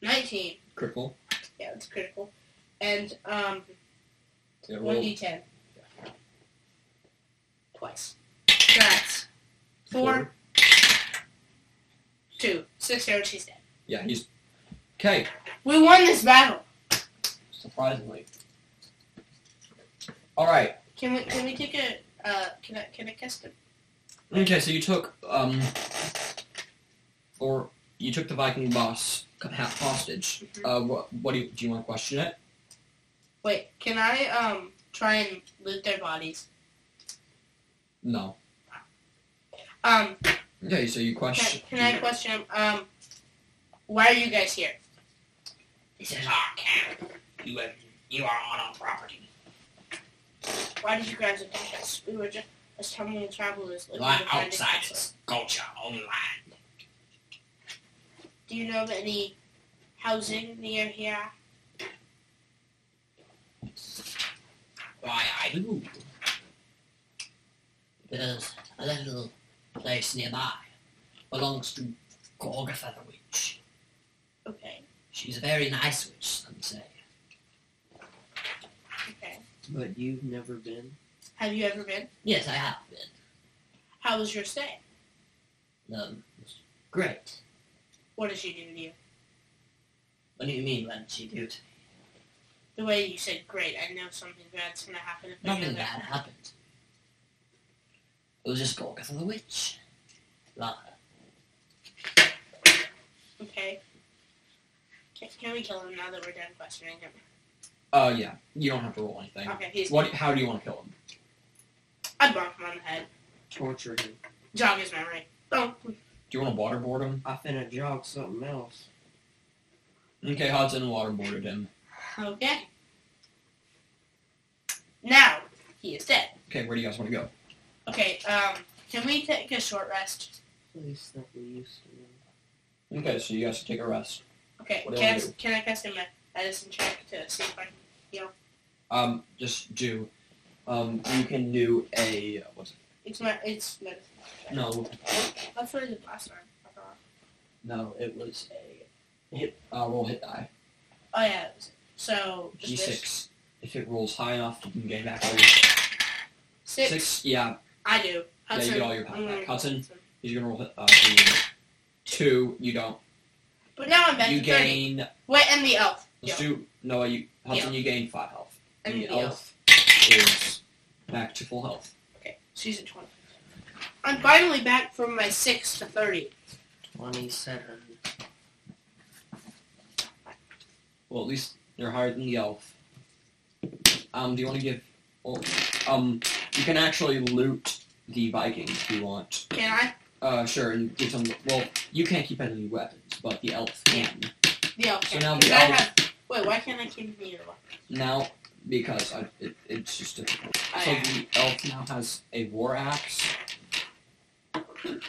Speaker 2: 19.
Speaker 1: Critical.
Speaker 2: Yeah, that's critical. And, um,
Speaker 1: Yeah,
Speaker 2: One
Speaker 1: roll
Speaker 2: d ten. Twice. That's four, two, six damage. He's dead.
Speaker 1: Yeah, he's. Okay,
Speaker 2: We won this battle.
Speaker 1: surprisingly. Alright.
Speaker 2: Can we? Can we take a? Uh, can I? Can I cast a?
Speaker 1: Okay, so you took, um. Or you took the Viking boss co- ha- hostage.
Speaker 2: Mm-hmm.
Speaker 1: Uh, what, what do you. Do you want to question it?
Speaker 2: Wait. Can I? Um, try and loot their bodies.
Speaker 1: No.
Speaker 2: Um,
Speaker 1: Okay, so you
Speaker 2: can,
Speaker 1: question.
Speaker 2: can I question? him, Um, why are you guys here?
Speaker 5: This is our camp. You have, you are on our property.
Speaker 2: Why did you guys attack us? We were just as tumbling travelers
Speaker 5: You
Speaker 2: looking
Speaker 5: are
Speaker 2: to find a castle.
Speaker 5: outsiders. Go to your own land.
Speaker 2: Do you know of any housing near here?
Speaker 5: Why, I do. There's a little place nearby. Belongs to Gorgatha the Witch.
Speaker 2: Okay.
Speaker 5: She's a very nice witch, some say.
Speaker 2: Okay.
Speaker 3: But you've never been.
Speaker 2: Have you ever been?
Speaker 5: Yes, I have been.
Speaker 2: How was your stay?
Speaker 5: Um, great.
Speaker 2: What did she do to you?
Speaker 5: What do you mean, what did she do to me?
Speaker 2: The way you said "great," I know something bad's gonna happen. If I
Speaker 5: Nothing
Speaker 2: go there.
Speaker 5: bad happened. It was just Gorgatha the Witch. Love her.
Speaker 2: Okay. Can, can we kill him now that we're done questioning him?
Speaker 1: Uh, yeah. You don't have to roll anything.
Speaker 2: Okay, he's.
Speaker 1: What? How do you want to kill him?
Speaker 2: I bonk him on the head.
Speaker 3: Torture him.
Speaker 2: Jog his memory. Oh, Boom.
Speaker 1: Do you want to waterboard him?
Speaker 3: I finna jog something else.
Speaker 1: Okay, Hudson waterboarded him.
Speaker 2: Okay. Now he is dead.
Speaker 1: Okay, where do you guys want to go?
Speaker 2: Okay. Um. Can we take a short rest?
Speaker 3: Place that we used to know.
Speaker 1: Okay, so you guys take a rest.
Speaker 2: Okay.
Speaker 1: What do you
Speaker 2: Can I,
Speaker 1: wanna do?
Speaker 2: can I cast him a medicine check to see if I can?
Speaker 1: Um, just do. Um, you can do a what's it?
Speaker 2: It's my. It's medicine.
Speaker 1: No,
Speaker 2: That's what I did last time. I forgot.
Speaker 1: no, it was a hit. Uh, roll hit die.
Speaker 2: Oh yeah. So
Speaker 1: D
Speaker 2: just this.
Speaker 1: six. If it rolls high enough, you can gain back all your
Speaker 2: Six.
Speaker 1: six. Yeah,
Speaker 2: I do.
Speaker 1: Yeah, you
Speaker 2: Hudson. Mm-hmm.
Speaker 1: get all your
Speaker 2: I'm
Speaker 1: power
Speaker 2: gonna
Speaker 1: back.
Speaker 2: roll
Speaker 1: Hudson? he's gonna roll hit, uh, the two. You don't.
Speaker 2: But now I'm back
Speaker 1: You
Speaker 2: to 30.
Speaker 1: gain.
Speaker 2: Wait, and the elf. Yeah.
Speaker 1: Let's do Noah. You Hudson. You gain five health.
Speaker 2: And
Speaker 1: the
Speaker 2: the elf.
Speaker 1: elf is back to full health.
Speaker 2: Okay, she's at 20. I'm finally back from my 6 to 30.
Speaker 3: 27.
Speaker 1: Well, at least they're higher than the elf. Um, do you want to give Oh, Um, you can actually loot the Vikings if you want.
Speaker 2: Can I?
Speaker 1: Uh, sure, and give them. Well, you can't keep any weapons, but the elf can.
Speaker 2: Yeah.
Speaker 1: So
Speaker 2: Okay.
Speaker 1: now
Speaker 2: Can
Speaker 1: the
Speaker 2: I
Speaker 1: elf-
Speaker 2: have, wait, why can't I keep me in a weapon?
Speaker 1: Now, because I, it, it's just difficult. So
Speaker 2: I-
Speaker 1: the elf now has a war axe.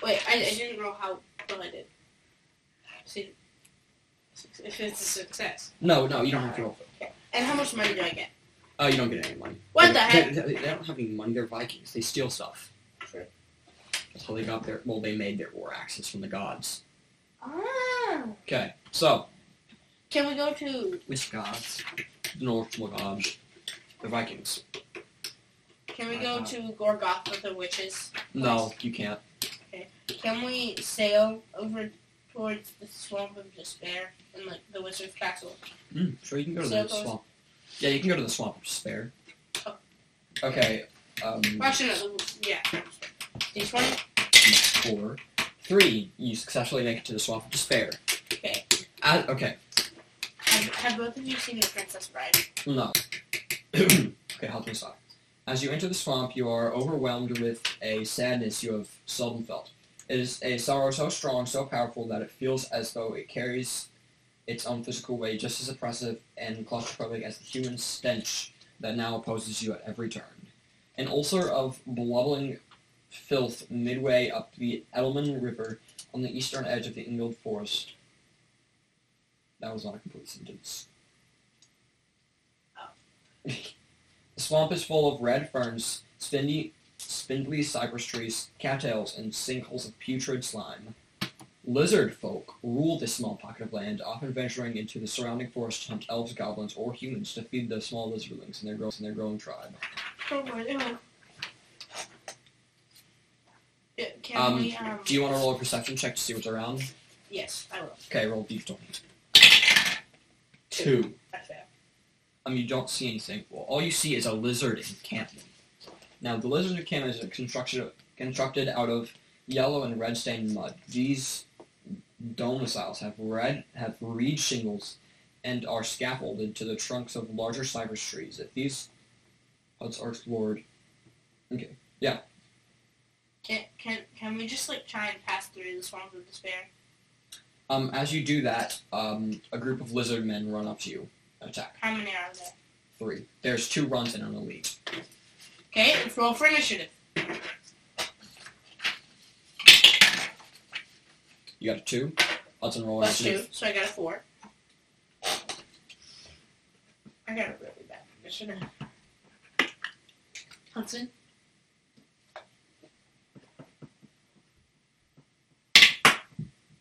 Speaker 2: Wait, I, I didn't know how well I did. See, if it's a success.
Speaker 1: No, no, you don't have to roll.
Speaker 2: And how much money do I get?
Speaker 1: Oh, you don't get any money.
Speaker 2: What
Speaker 1: They-
Speaker 2: the heck?
Speaker 1: They, they, they don't have any money. They're Vikings. They steal stuff.
Speaker 2: Sure.
Speaker 1: That's how they got their. Well, they made their war axes from the gods.
Speaker 2: Ah.
Speaker 1: Okay, so
Speaker 2: Can we go to?
Speaker 1: which gods? The Norse gods. The Vikings.
Speaker 2: Can we
Speaker 1: Uh-huh.
Speaker 2: go to Gorgoth with the witches?
Speaker 1: No, you can't.
Speaker 2: Can we sail over towards the swamp of despair and like the wizard's castle?
Speaker 1: Mm, sure, you can go to the
Speaker 2: So those-
Speaker 1: swamp. Yeah, you can go to the swamp of despair.
Speaker 2: Oh.
Speaker 1: Okay. Um,
Speaker 2: Actually, no. Yeah. D twenty.
Speaker 1: four, three. You successfully make it to the swamp of despair.
Speaker 2: Okay.
Speaker 1: Uh, okay.
Speaker 2: Have, have both of you seen the Princess Bride?
Speaker 1: No. okay, help me stop. As you enter the swamp, you are overwhelmed with a sadness you have seldom felt. It is a sorrow so strong, so powerful that it feels as though it carries its own physical weight, just as oppressive and claustrophobic as the human stench that now opposes you at every turn. An ulcer of blubbering filth midway up the Edelman River on the eastern edge of the Ingold Forest. That was not a complete sentence. The swamp is full of red ferns, spindly, spindly cypress trees, cattails, and sinkholes of putrid slime. Lizard folk rule this small pocket of land, often venturing into the surrounding forest to hunt elves, goblins, or humans to feed the small lizardlings and their, grow- and their growing tribe.
Speaker 2: Oh my god. Yeah, Can
Speaker 1: Um,
Speaker 2: we? Um,
Speaker 1: Do you want to roll a perception check to see what's around?
Speaker 2: Yes, I will.
Speaker 1: Okay, roll d20. Two.
Speaker 2: I fail.
Speaker 1: Um, you don't see anything. Well, all you see is a lizard encampment. Now, the lizard encampment is constructed constructed out of yellow and red stained mud. These domiciles have red have reed shingles and are scaffolded to the trunks of larger cypress trees. If these huts are explored,
Speaker 2: Can, can can we just like try and pass through the swamp of despair?
Speaker 1: um, as you do that, um, a group of lizard men run up to you, and attack.
Speaker 2: How many are there?
Speaker 1: Three. There's two runs and an elite.
Speaker 2: Okay, let's roll for initiative.
Speaker 1: You got a two. Let's enroll
Speaker 2: Plus
Speaker 1: initiative.
Speaker 2: two, so I got a four. I got a really bad initiative. Hudson.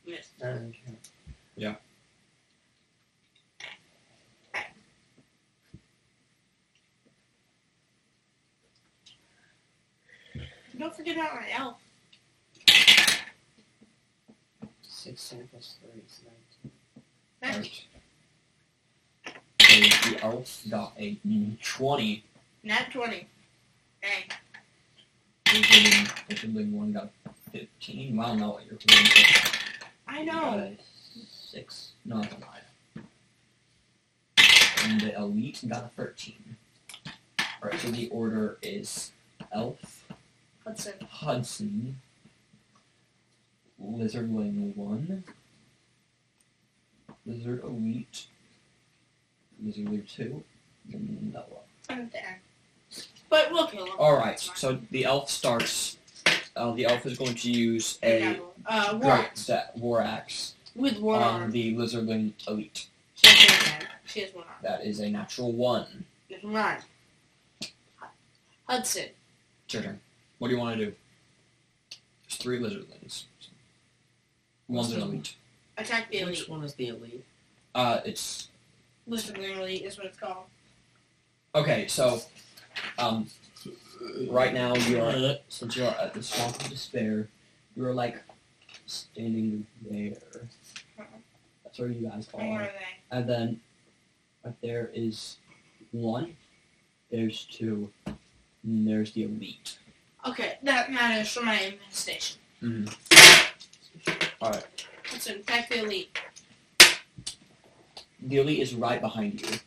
Speaker 2: Miss. Don't forget about my elf.
Speaker 5: Sixteen plus three is nineteen.
Speaker 2: Nice.
Speaker 1: So the elf got a 20.
Speaker 2: Nat twenty. Dang.
Speaker 1: The living, the living one got 15. Wow, no, you're really
Speaker 2: I
Speaker 5: You got
Speaker 2: know.
Speaker 5: a Six.
Speaker 1: not alive. And the elite got a 13. Alright, so the order is elf,
Speaker 2: Hudson.
Speaker 1: Hudson, lizardling 1, lizard elite, lizardling 2, and Noah.
Speaker 2: I'm there. But we'll kill him.
Speaker 1: All right. So the elf starts. Uh, the elf is going to use a
Speaker 2: uh, one
Speaker 1: great set, war axe
Speaker 2: with one
Speaker 1: on
Speaker 2: arm.
Speaker 1: the lizardling elite.
Speaker 2: She has one arm. She has one arm.
Speaker 1: That is a natural one.
Speaker 2: Never mind. Hudson.
Speaker 1: It's your turn. What do you want to do? There's three lizardlings. One's an elite.
Speaker 2: Attack the
Speaker 3: Which
Speaker 2: elite.
Speaker 3: one is the elite?
Speaker 1: Uh, it's
Speaker 2: Listen, the elite is what it's called.
Speaker 1: okay. So, um, right now you are since you are at the swamp of despair, you are like standing there. That's where you guys
Speaker 2: Don't
Speaker 1: are.
Speaker 2: worry,
Speaker 1: And then right there is one, there's two, and there's the elite.
Speaker 2: they. Okay, that matters for my infestation.
Speaker 1: Mm. Mm-hmm.
Speaker 2: Hudson, attack the elite.
Speaker 1: The elite is right behind you.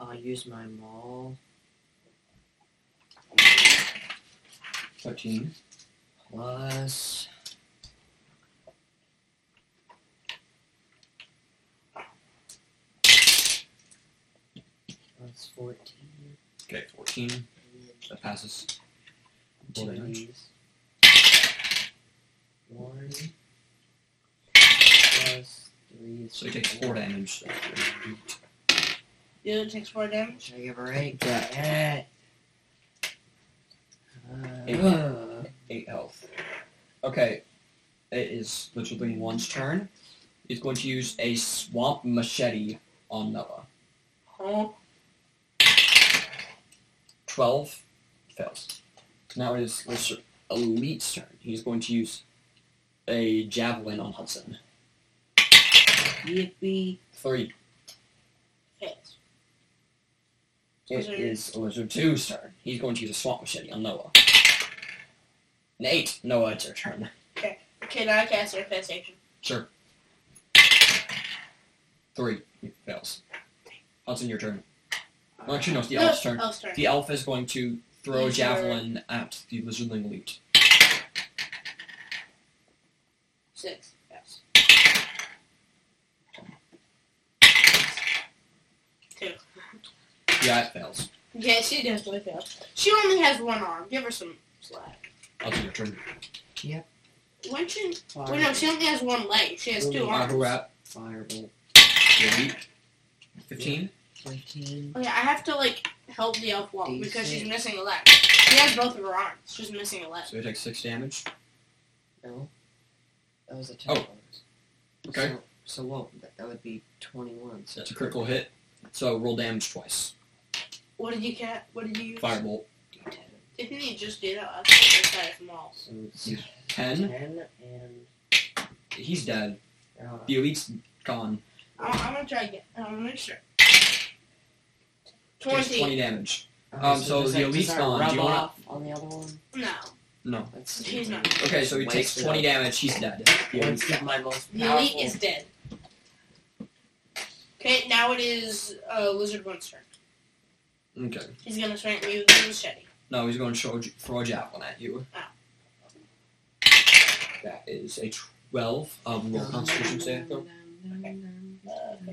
Speaker 3: I'll use my maul.
Speaker 1: Thirteen.
Speaker 5: plus plus fourteen.
Speaker 1: Okay, fourteen. That passes. Roll damage.
Speaker 5: Please. One plus three. is
Speaker 1: So he takes four damage.
Speaker 2: The other takes four damage.
Speaker 3: Should I give her eight?
Speaker 5: Yeah.
Speaker 1: Eight.
Speaker 5: Uh,
Speaker 1: Eight health. Okay, it is Little Thing One's turn. He's going to use a swamp machete on Noah.
Speaker 2: Huh?
Speaker 1: Twelve fails. Now it is Mr. Elite's turn. He's going to use a javelin on Hudson.
Speaker 3: Yippee.
Speaker 1: Three.
Speaker 2: Hits.
Speaker 1: It
Speaker 2: Lizard.
Speaker 1: is Lizard Two's turn. He's going to use a swamp machete on Noah. An eight. Noah, it's your turn.
Speaker 2: Can I cast Earth Action?
Speaker 1: Sure. Three. He fails. Hudson, your turn. Well, actually, no, it's the
Speaker 2: No,
Speaker 1: elf's turn.
Speaker 2: Elf's turn.
Speaker 1: The elf is going to throw a
Speaker 2: Lizard.
Speaker 1: javelin at the lizardling elite.
Speaker 2: Six. Yes. Two.
Speaker 1: Yeah, it fails.
Speaker 2: Yeah, she definitely failed. She only has one arm. Give her some slack.
Speaker 1: Hudson, your turn.
Speaker 2: When she?
Speaker 5: fire,
Speaker 2: Well, no, she only has one leg. She has two
Speaker 5: Really?
Speaker 1: Uh, who
Speaker 2: arms.
Speaker 1: at?
Speaker 5: firebolt
Speaker 1: The elite. Fifteen.
Speaker 5: fifteen.
Speaker 2: Okay, I have to like help the elf walk because she's
Speaker 5: D6.
Speaker 2: missing a leg. She has both of her arms. She's missing a leg.
Speaker 1: So he takes six damage.
Speaker 3: No. That was a ten.
Speaker 1: Oh. Okay.
Speaker 3: So, so what? That, that would be 21. So
Speaker 1: That's a critical hit. So roll damage twice.
Speaker 2: What did you get? What did you use?
Speaker 1: Firebolt.
Speaker 2: Didn't he just do that? I think that's kind of small.
Speaker 5: So it's
Speaker 1: Yeah. Ten.
Speaker 5: ten and
Speaker 1: He's dead.
Speaker 5: uh,
Speaker 1: The elite's gone.
Speaker 2: I'm, I'm gonna try again. I'm gonna make sure.
Speaker 1: Takes
Speaker 2: Twenty.
Speaker 1: Twenty damage.
Speaker 5: okay,
Speaker 1: Um, so
Speaker 5: does
Speaker 1: the
Speaker 5: that- does
Speaker 1: elite's
Speaker 5: that
Speaker 1: gone. Do
Speaker 5: rub
Speaker 1: you wanna-
Speaker 5: off on the other one?
Speaker 2: No,
Speaker 1: No.
Speaker 3: That's
Speaker 2: he's
Speaker 3: stupid.
Speaker 2: not.
Speaker 1: Okay, so he takes
Speaker 5: Wasted.
Speaker 1: twenty damage. He's dead. The elite.
Speaker 5: Let's get my most
Speaker 2: The
Speaker 5: powerful.
Speaker 2: elite is dead. Okay, now it is uh, Lizard One's turn.
Speaker 1: Okay.
Speaker 2: He's gonna swing at me with the machete.
Speaker 1: No, he's going to throw, throw a javelin at you.
Speaker 2: Oh.
Speaker 1: That is a 12. Um, roll constitution save. though.
Speaker 2: Uh,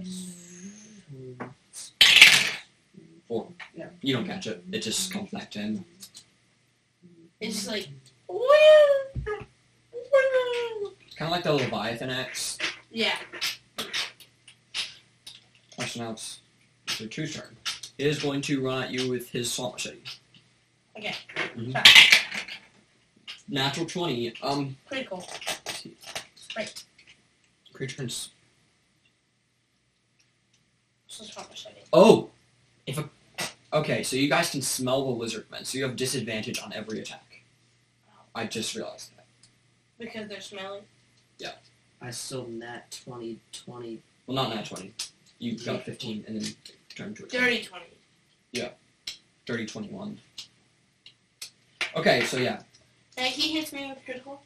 Speaker 1: Four.
Speaker 2: Yeah.
Speaker 1: You don't catch it. It just comes back to him.
Speaker 2: it's just like, "Wah, wah."
Speaker 1: Kind of like the Leviathan axe.
Speaker 2: yeah.
Speaker 1: Question now it's your two's turn. It is going to run at you with his swamp machete.
Speaker 2: Okay.
Speaker 1: Mhm. Natural 20. Um,
Speaker 2: Critical.
Speaker 1: creature can s-
Speaker 2: So it's not machete.
Speaker 1: Oh! If a... Okay, so you guys can smell the lizard men, so you have disadvantage on every attack. I just realized that.
Speaker 2: Because they're smelly.
Speaker 5: I still net twenty twenty.
Speaker 1: Well, not nat 20. You got 15 and then turn to a 20.
Speaker 2: Dirty 20.
Speaker 1: 30, 21. Okay, so yeah.
Speaker 2: Now he hits me with critical.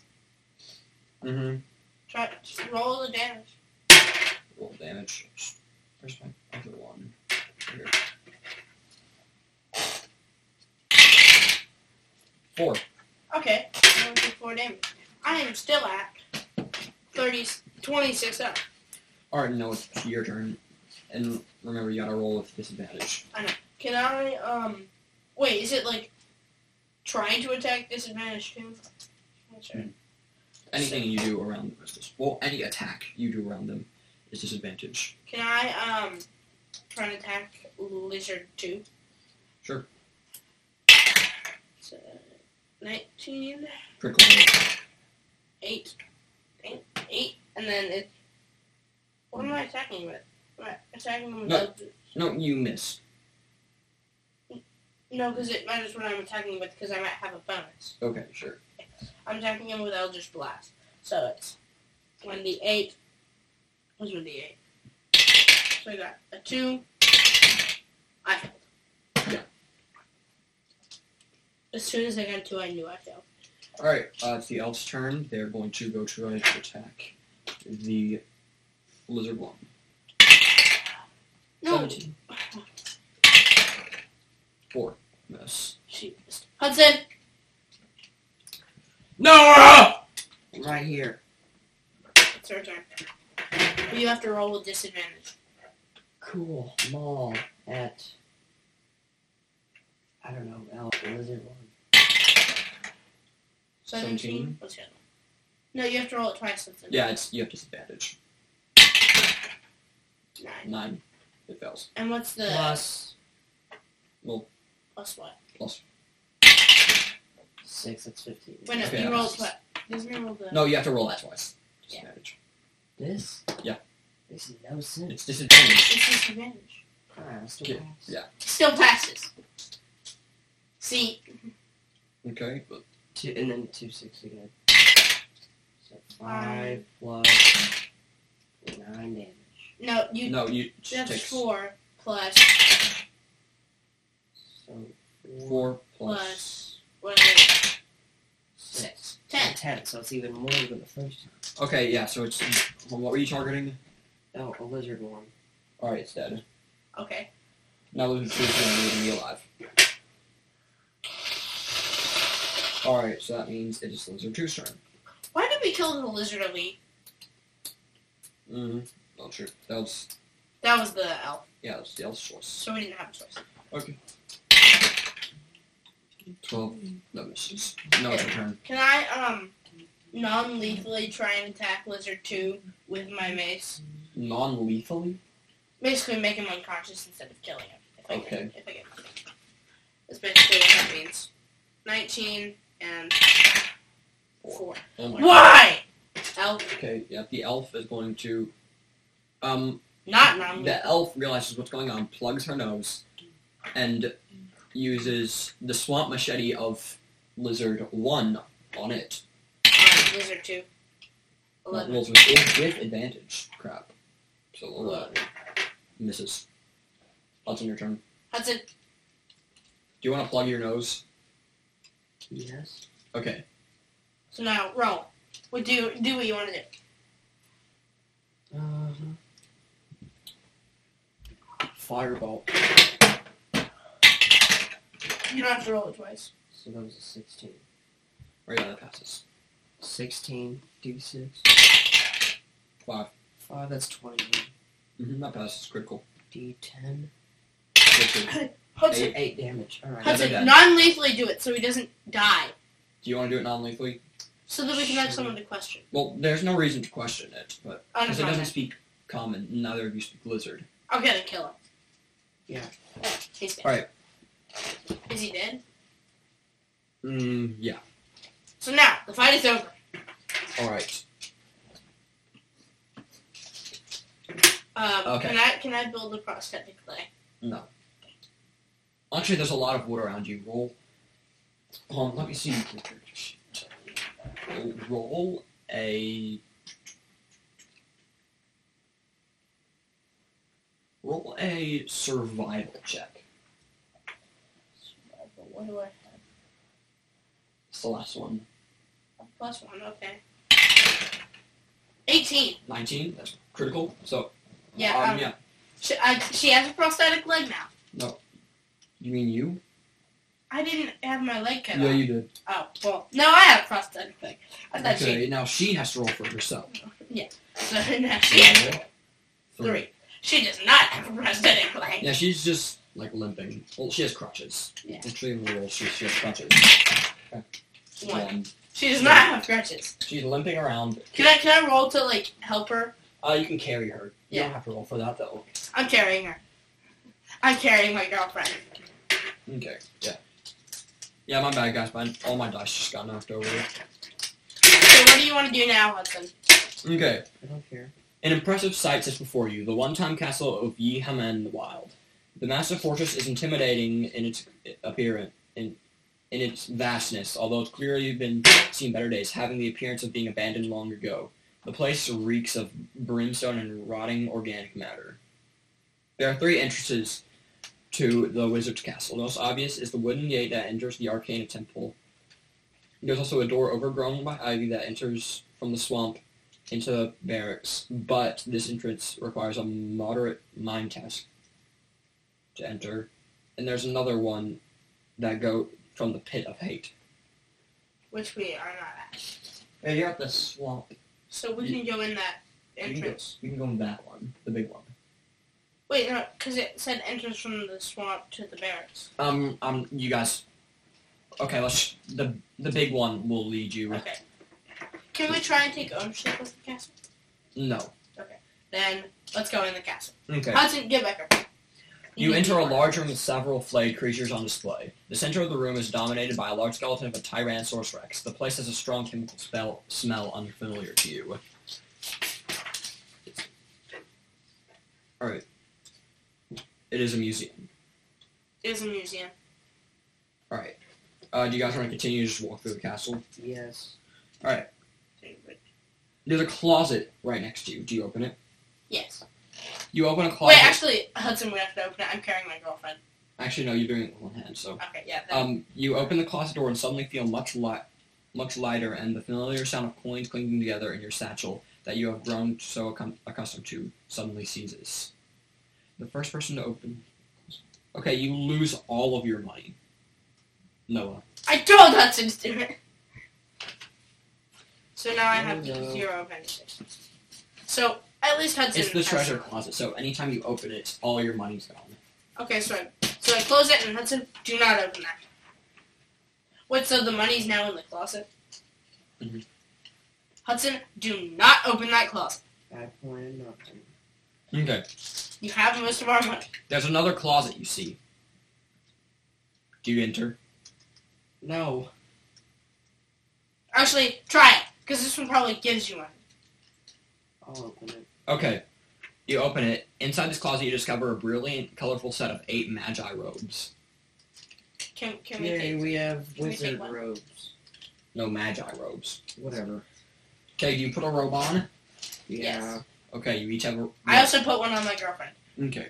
Speaker 1: Mm-hmm.
Speaker 2: Try just roll the damage.
Speaker 1: Roll damage. Where's my other one? Here. Four.
Speaker 2: Okay. One, two, four damage. I am still at 30, 26 up.
Speaker 1: Alright, no, it's your turn. And remember, you gotta roll with disadvantage.
Speaker 2: Can I, um, wait, is it like trying to attack disadvantage too? Not sure.
Speaker 1: Anything you do around the pistols. Well, any attack you do around them is disadvantage.
Speaker 2: Can I, um, try and attack lizard too?
Speaker 1: Sure.
Speaker 2: So, 19,
Speaker 1: Critical hit.
Speaker 2: 8, 8, 8, and then it, what am I attacking with? Am I attacking them with
Speaker 1: No.
Speaker 2: the-
Speaker 1: No, you miss.
Speaker 2: No, because it matters what I'm attacking with, because I might have a bonus.
Speaker 1: Okay, sure.
Speaker 2: I'm attacking him with Eldritch Blast. So it's 1d8. What's 1d8? So I got a 2. I failed.
Speaker 1: Yeah.
Speaker 2: As soon as I got a 2, I knew I failed.
Speaker 1: Alright, uh, it's the elf's turn. They're going to go try to attack the lizard one.
Speaker 2: No,
Speaker 1: Four. Miss.
Speaker 2: she missed. Hudson!
Speaker 4: Nora!
Speaker 3: Right here.
Speaker 2: It's your turn. But you have to roll with disadvantage.
Speaker 5: Cool mall at I don't know, Al Blizzard one.
Speaker 1: 17?
Speaker 2: What's your No, you have to roll it twice. With
Speaker 1: Yeah, it's you have disadvantage.
Speaker 2: Nine.
Speaker 1: Nine. It fails.
Speaker 2: And what's the
Speaker 3: Plus
Speaker 2: plus what?
Speaker 3: six, that's fifteen.
Speaker 2: Wait, no,
Speaker 1: Okay,
Speaker 2: you
Speaker 1: yeah.
Speaker 2: roll what? Doesn't he roll the?
Speaker 1: No, you have to roll that twice. Disadvantage.
Speaker 3: This?
Speaker 1: Yeah.
Speaker 3: Makes no sense.
Speaker 1: It's disadvantage.
Speaker 2: It's disadvantage.
Speaker 3: Alright, I'll still
Speaker 1: Yeah,
Speaker 3: pass.
Speaker 1: yeah.
Speaker 2: Still passes. See,
Speaker 1: Okay, but
Speaker 3: Two, and then two six again. So five
Speaker 2: Five.
Speaker 3: plus nine damage.
Speaker 2: no, you
Speaker 1: no, you she
Speaker 2: that's
Speaker 1: takes
Speaker 2: four plus
Speaker 3: So four,
Speaker 1: four plus
Speaker 2: plus what is it?
Speaker 3: six.
Speaker 2: Ten.
Speaker 3: Ten, so it's even more than the first time.
Speaker 1: Okay, yeah, so it's what were you targeting?
Speaker 3: Oh, a lizard one.
Speaker 1: Alright, it's dead.
Speaker 2: Okay.
Speaker 1: Now losing two is gonna leave me alive. Alright, so that means it is Lizard Two's turn.
Speaker 2: Why did we kill the lizard elite?
Speaker 1: Mm-hmm. Oh sure. That was
Speaker 2: That was the elf,
Speaker 1: yeah, that was the elf's choice.
Speaker 2: so we didn't have a choice.
Speaker 1: Twelve that misses. No it's your turn.
Speaker 2: Can I um non-lethally try and attack lizard two with my mace?
Speaker 1: Non lethally?
Speaker 2: Basically, make him unconscious instead of killing him. If I
Speaker 1: Okay.
Speaker 2: Can, if I can. That's basically what that means. Nineteen and four.
Speaker 1: Oh my god.
Speaker 2: Why? Elf,
Speaker 1: Okay, yeah, the elf is going to um
Speaker 2: not non.
Speaker 1: The elf realizes what's going on, plugs her nose, and uses the swamp machete of lizard one on it.
Speaker 2: Um, lizard two.
Speaker 1: That
Speaker 2: Eleven.
Speaker 1: rolls with, with advantage. Crap. So uh, misses. Hudson, your turn.
Speaker 2: Hudson,
Speaker 1: Do you want to plug your nose?
Speaker 3: Yes.
Speaker 1: Okay.
Speaker 2: so now roll. We do do what you want to do.
Speaker 3: Uh-huh.
Speaker 1: Fireball.
Speaker 2: You don't have to roll it twice.
Speaker 3: So that was a sixteen.
Speaker 1: Right on, Oh, that passes.
Speaker 3: Sixteen. D six.
Speaker 1: 5
Speaker 3: Five, that's twenty.
Speaker 1: Mm-hmm, that passes. Critical.
Speaker 3: D ten.
Speaker 1: Critical.
Speaker 2: Hudson,
Speaker 1: Eight.
Speaker 3: Eight damage. Alright.
Speaker 1: How's it-
Speaker 2: Hudson,
Speaker 1: Another
Speaker 2: non-lethally do it so he doesn't die,
Speaker 1: Do you want to do it non-lethally?
Speaker 2: so that we can ask someone to question.
Speaker 1: Well, there's no reason to question it, but
Speaker 2: I
Speaker 1: because it
Speaker 2: don't know.
Speaker 1: doesn't
Speaker 2: man.
Speaker 1: speak common, neither of you speak lizard.
Speaker 2: I'm gonna kill him.
Speaker 3: Yeah.
Speaker 2: Eh, He's dead.
Speaker 1: Alright.
Speaker 2: Is he dead?
Speaker 1: Mm, yeah.
Speaker 2: So now the fight is over.
Speaker 1: All right.
Speaker 2: Um,
Speaker 1: Okay.
Speaker 2: Can I can I build a prosthetic leg?
Speaker 1: No. Actually, there's a lot of wood around you. Roll. Um, let me see. Roll a. Roll a survival check.
Speaker 2: But what do I have?
Speaker 1: It's the last one.
Speaker 2: A plus one. Okay. Eighteen.
Speaker 1: 19. That's critical. So,
Speaker 2: Yeah.
Speaker 1: um,
Speaker 2: um,
Speaker 1: yeah.
Speaker 2: She, I, she has a prosthetic leg now.
Speaker 1: You mean you?
Speaker 2: I didn't have my leg cut
Speaker 1: Yeah,
Speaker 2: off.
Speaker 1: you did.
Speaker 2: Oh well. No, I have a prosthetic leg. I thought
Speaker 1: Okay, now she has to roll for herself.
Speaker 2: she. So now she has
Speaker 1: Three.
Speaker 2: three. She does not have a prosthetic leg.
Speaker 1: Yeah, she's just like limping. Well, she has crutches.
Speaker 2: Yeah.
Speaker 1: Actually, in the world, she, she has crutches. Um,
Speaker 2: One.
Speaker 1: One.
Speaker 2: She does not have crutches.
Speaker 1: She's limping around.
Speaker 2: Can I can I roll to like help her?
Speaker 1: Uh, you can carry her. You
Speaker 2: Yeah.
Speaker 1: don't have to roll for that though.
Speaker 2: I'm carrying her. I'm carrying my girlfriend.
Speaker 1: Okay. Yeah. Yeah, my bad guys. My all my dice just got knocked over.
Speaker 2: So what do you want to do now, Hudson?
Speaker 1: Okay.
Speaker 3: I don't care.
Speaker 1: An impressive sight sits before you, the one-time castle of Yi Haman the Wild. The massive fortress is intimidating in its appearance, in, in its vastness, although it's clearly been seen better days, having the appearance of being abandoned long ago. The place reeks of brimstone and rotting organic matter. There are three entrances to the wizard's castle. The most obvious is the wooden gate that enters the Arcana Temple. There's also a door overgrown by ivy that enters from the swamp into the barracks, but this entrance requires a moderate mind test to enter. And there's another one that go from the pit of hate.
Speaker 2: which we are not at.
Speaker 1: Hey, you're at the swamp.
Speaker 2: So we can go in that entrance.
Speaker 1: You can go in that one, the big one.
Speaker 2: Wait, no, because it said entrance from the swamp to the barracks.
Speaker 1: Um, um, you guys. Okay, let's. The the big one will lead you.
Speaker 2: Okay. Can we try and take ownership of the castle?
Speaker 1: No.
Speaker 2: Then let's go in the castle.
Speaker 1: Okay.
Speaker 2: Hudson, get back up.
Speaker 1: You
Speaker 2: need
Speaker 1: enter a
Speaker 2: more.
Speaker 1: large room with several flayed creatures on display. The center of the room is dominated by a large skeleton of a Tyrannosaurus Rex. The place has a strong chemical spell, smell unfamiliar to you. Alright. It is a museum.
Speaker 2: It is a museum.
Speaker 1: Alright. Uh, do you guys want to continue to just walk through the castle?
Speaker 3: Yes.
Speaker 1: There's a closet right next to you. Do you open it?
Speaker 2: Yes.
Speaker 1: You open a closet.
Speaker 2: Wait, actually, Hudson, we have to open it. I'm carrying my girlfriend.
Speaker 1: Actually, no, you're doing it with one hand, so.
Speaker 2: Okay, yeah. Then.
Speaker 1: Um, you open the closet door and suddenly feel much light, much lighter, and the familiar sound of coins clinking together in your satchel that you have grown so accum- accustomed to suddenly ceases. The first person to open. Okay, you lose all of your money. Noah.
Speaker 2: I told Hudson to do it. So now I have
Speaker 3: Hello.
Speaker 2: zero pennies. So at least Hudson.
Speaker 1: It's the
Speaker 2: has
Speaker 1: treasure
Speaker 2: some.
Speaker 1: closet, so anytime you open it, all your money's gone.
Speaker 2: Okay, so I, so I close it and Hudson, do not open that. Wait, so the money's now in the closet?
Speaker 1: Mhm.
Speaker 2: Hudson, do not open that closet.
Speaker 3: I plan nothing.
Speaker 1: Okay.
Speaker 2: You have most of our money.
Speaker 1: There's another closet you see. Do you enter?
Speaker 3: No.
Speaker 2: Actually, try it, because this one probably gives you money.
Speaker 3: I'll open it.
Speaker 1: Okay. You open it. Inside this closet, you discover a brilliant, colorful set of eight magi robes.
Speaker 2: Can, can we
Speaker 3: Yay,
Speaker 2: take
Speaker 3: we have
Speaker 2: Can we take
Speaker 3: wizard
Speaker 2: one?
Speaker 3: robes.
Speaker 1: No magi robes.
Speaker 3: Whatever.
Speaker 1: Okay, do you put a robe on?
Speaker 3: Yeah.
Speaker 1: Okay, you each have a.
Speaker 2: I also put one on my girlfriend.
Speaker 1: okay.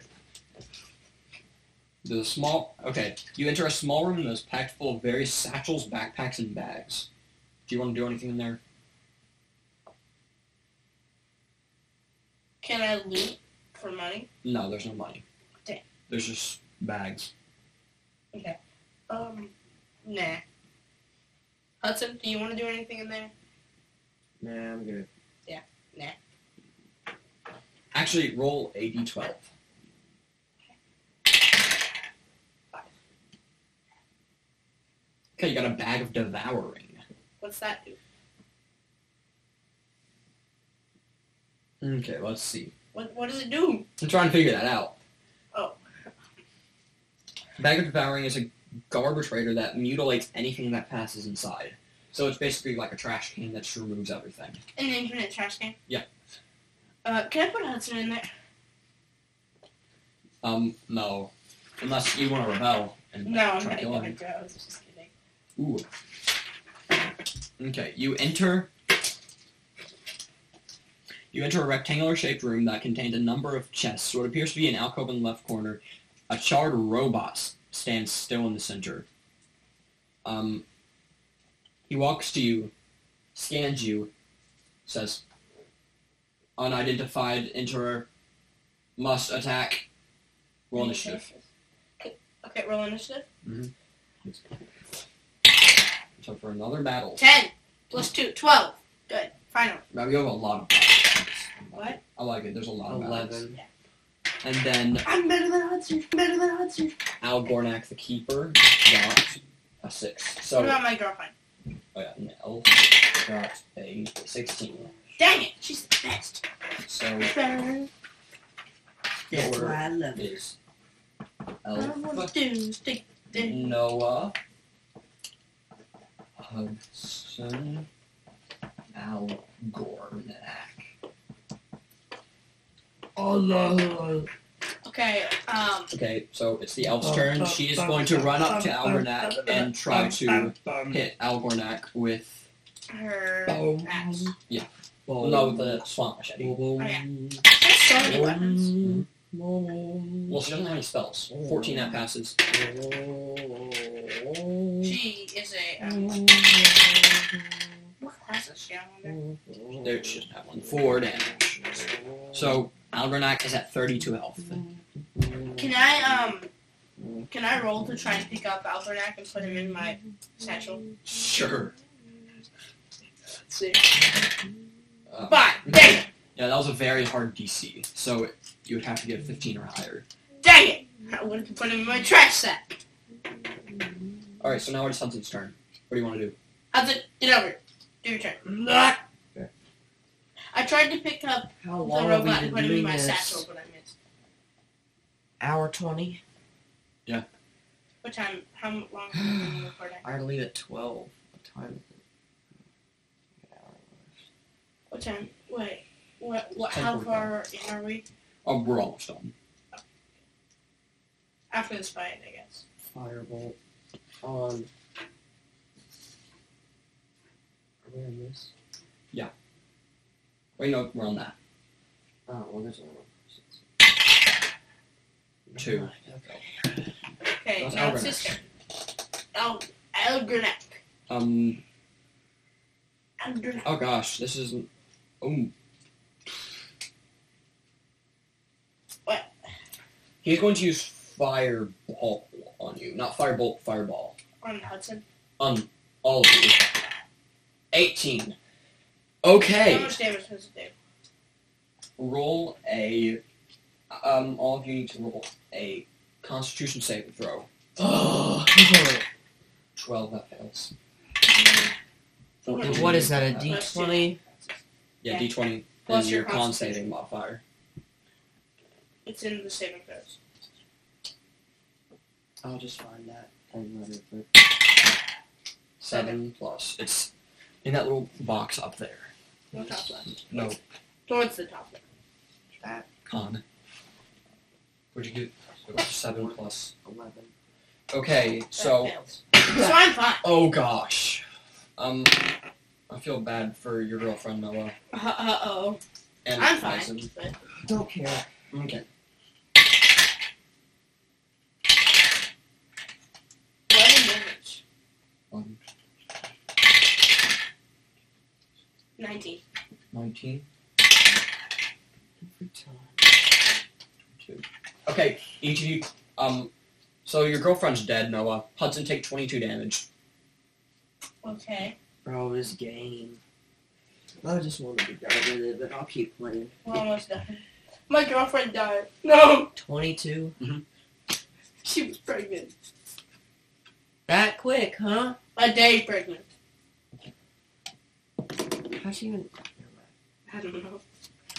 Speaker 1: There's a small. Okay, you enter a small room that is packed full of various satchels, backpacks, and bags. Do you want to do anything in there?
Speaker 2: Can I loot for money?
Speaker 1: No, there's no money.
Speaker 2: Okay.
Speaker 1: There's just bags.
Speaker 2: Um, nah. Hudson, do you want to do anything in there?
Speaker 3: Nah, I'm good.
Speaker 1: Actually, roll a d12. Okay, you got a bag of devouring.
Speaker 2: What's that do?
Speaker 1: Okay, let's see.
Speaker 2: What, what does it do?
Speaker 1: I'm trying to figure that out.
Speaker 2: Oh.
Speaker 1: Bag of Devouring is a garbage raider that mutilates anything that passes inside. So it's basically like a trash can that just removes everything.
Speaker 2: An infinite trash can?
Speaker 1: Yeah.
Speaker 2: Uh, can I put Hudson in there?
Speaker 1: Um, no. Unless you want to rebel and
Speaker 2: No, I'm
Speaker 1: try
Speaker 2: not
Speaker 1: to kill
Speaker 2: going to
Speaker 1: him.
Speaker 2: go. I was just kidding.
Speaker 1: Ooh. Okay, you enter. You enter a rectangular-shaped room that contains a number of chests. What appears to be an alcove in the left corner, a charred robot s- stands still in the center. Um, he walks to you, scans you, says, "Unidentified enterer must attack." Roll initiative.
Speaker 2: Okay, okay, roll initiative.
Speaker 1: So for another battle,
Speaker 2: Ten plus two, twelve. Good. Final.
Speaker 1: now we have a lot of. battles.
Speaker 2: What?
Speaker 1: I like it. There's a lot of battles.
Speaker 3: Eleven.
Speaker 1: And then
Speaker 2: I'm better than Hudson. Better than Hudson.
Speaker 1: Al Gornak, the keeper, got a six. So
Speaker 2: What about my girlfriend?
Speaker 1: oh yeah, Nell got a sixteen.
Speaker 2: Dang it, she's the best.
Speaker 1: So
Speaker 2: Better.
Speaker 1: your
Speaker 3: That's
Speaker 1: order
Speaker 3: why I love it.
Speaker 1: is
Speaker 2: I don't
Speaker 1: Elf,
Speaker 2: want to do stick. do.
Speaker 1: Noah, Hudson, Al Gornak. Oh no!
Speaker 2: Okay. Um.
Speaker 1: Okay, so it's the elf's turn. She is going to run up to Al Gornak and try to hit Al Gornak with
Speaker 2: Her
Speaker 3: Boom.
Speaker 2: axe.
Speaker 4: Oh,
Speaker 1: Well, no, with the swamp machete.
Speaker 2: There's so many weapons.
Speaker 1: Mm-hmm. Well, she doesn't have any spells. 14 that passes.
Speaker 2: She is a. Um, what class is she? I wonder.
Speaker 1: There, she doesn't have one. Four damage. So, Albernac is at 32 health.
Speaker 2: Can I um? Can I roll to try and pick up Albernac and put him in my satchel?
Speaker 1: Sure.
Speaker 2: Six.
Speaker 1: Uh,
Speaker 2: Five. Dang it!
Speaker 1: yeah, that was a very hard DC, so it, you would have to get 15 or higher.
Speaker 2: Dang it! I would have put him in my trash sack.
Speaker 1: All right, so now it's Hudson's turn. What do you want to do?
Speaker 2: I said, get over it. Do your turn.
Speaker 3: Not.
Speaker 2: I tried to pick up
Speaker 3: How
Speaker 2: the
Speaker 3: long have
Speaker 2: robot and
Speaker 3: we been
Speaker 2: put him in
Speaker 3: doing
Speaker 2: my
Speaker 3: this?
Speaker 2: satchel, but I missed.
Speaker 3: Hour twenty.
Speaker 2: What time? How long have we been recording?
Speaker 3: I had to leave at twelve. What time is it? An hour.
Speaker 2: What time? Wait. What? What? How far in are we
Speaker 1: Oh, we're almost done.
Speaker 2: after this fight? I guess.
Speaker 5: Firebolt on. Are we on this?
Speaker 1: Wait, no, we're on that.
Speaker 5: Oh, well, there's another one.
Speaker 1: Two.
Speaker 5: Okay.
Speaker 2: Okay.
Speaker 1: That's
Speaker 2: now Oh,
Speaker 1: Algonac.
Speaker 2: it's his turn. El Elgrinac.
Speaker 1: Um.
Speaker 2: Elgrinac.
Speaker 1: Oh gosh, this isn't. Oh, he's going to use fireball on you, not firebolt, fireball
Speaker 2: On Hudson.
Speaker 1: on Um, all of you. Eighteen.
Speaker 2: How
Speaker 1: Okay.
Speaker 2: much damage does it do?
Speaker 1: Roll a. Um, all of you need to roll a Constitution saving throw.
Speaker 5: Oh,
Speaker 1: Twelve that fails.
Speaker 3: And what is that? A D
Speaker 2: Let's do
Speaker 3: twenty?
Speaker 1: Yeah, D twenty.
Speaker 2: Plus
Speaker 1: and
Speaker 2: your
Speaker 1: your con
Speaker 2: Constitution.
Speaker 1: saving modifier.
Speaker 2: It's in the saving throws.
Speaker 5: I'll just find that and let it rip.
Speaker 1: Seven plus. It's in that little box up there.
Speaker 2: No top left.
Speaker 1: No
Speaker 2: Towards the top left.
Speaker 1: con. Would you do seven plus?
Speaker 5: Eleven.
Speaker 1: Okay,
Speaker 2: That
Speaker 1: so
Speaker 2: fails. so I'm fine.
Speaker 1: oh gosh, um, I feel bad for your girlfriend Noah
Speaker 2: Uh, uh oh.
Speaker 1: and
Speaker 2: I'm fine.
Speaker 1: Tyson.
Speaker 2: But
Speaker 3: Don't care.
Speaker 1: Okay,
Speaker 2: eleven damage.
Speaker 1: One.
Speaker 2: Nineteen.
Speaker 1: nineteen.
Speaker 3: Every time.
Speaker 1: Okay, each of you. Um, so your girlfriend's dead, Noah. Hudson, take twenty-two damage.
Speaker 2: Okay.
Speaker 3: Bro, this game.
Speaker 5: I just wanted to get rid of it, but I'll keep playing.
Speaker 2: We're almost done. My girlfriend died. No,
Speaker 3: Twenty-two.
Speaker 2: she was pregnant.
Speaker 3: That quick, huh?
Speaker 2: A day pregnant.
Speaker 3: How she even?
Speaker 2: I don't know.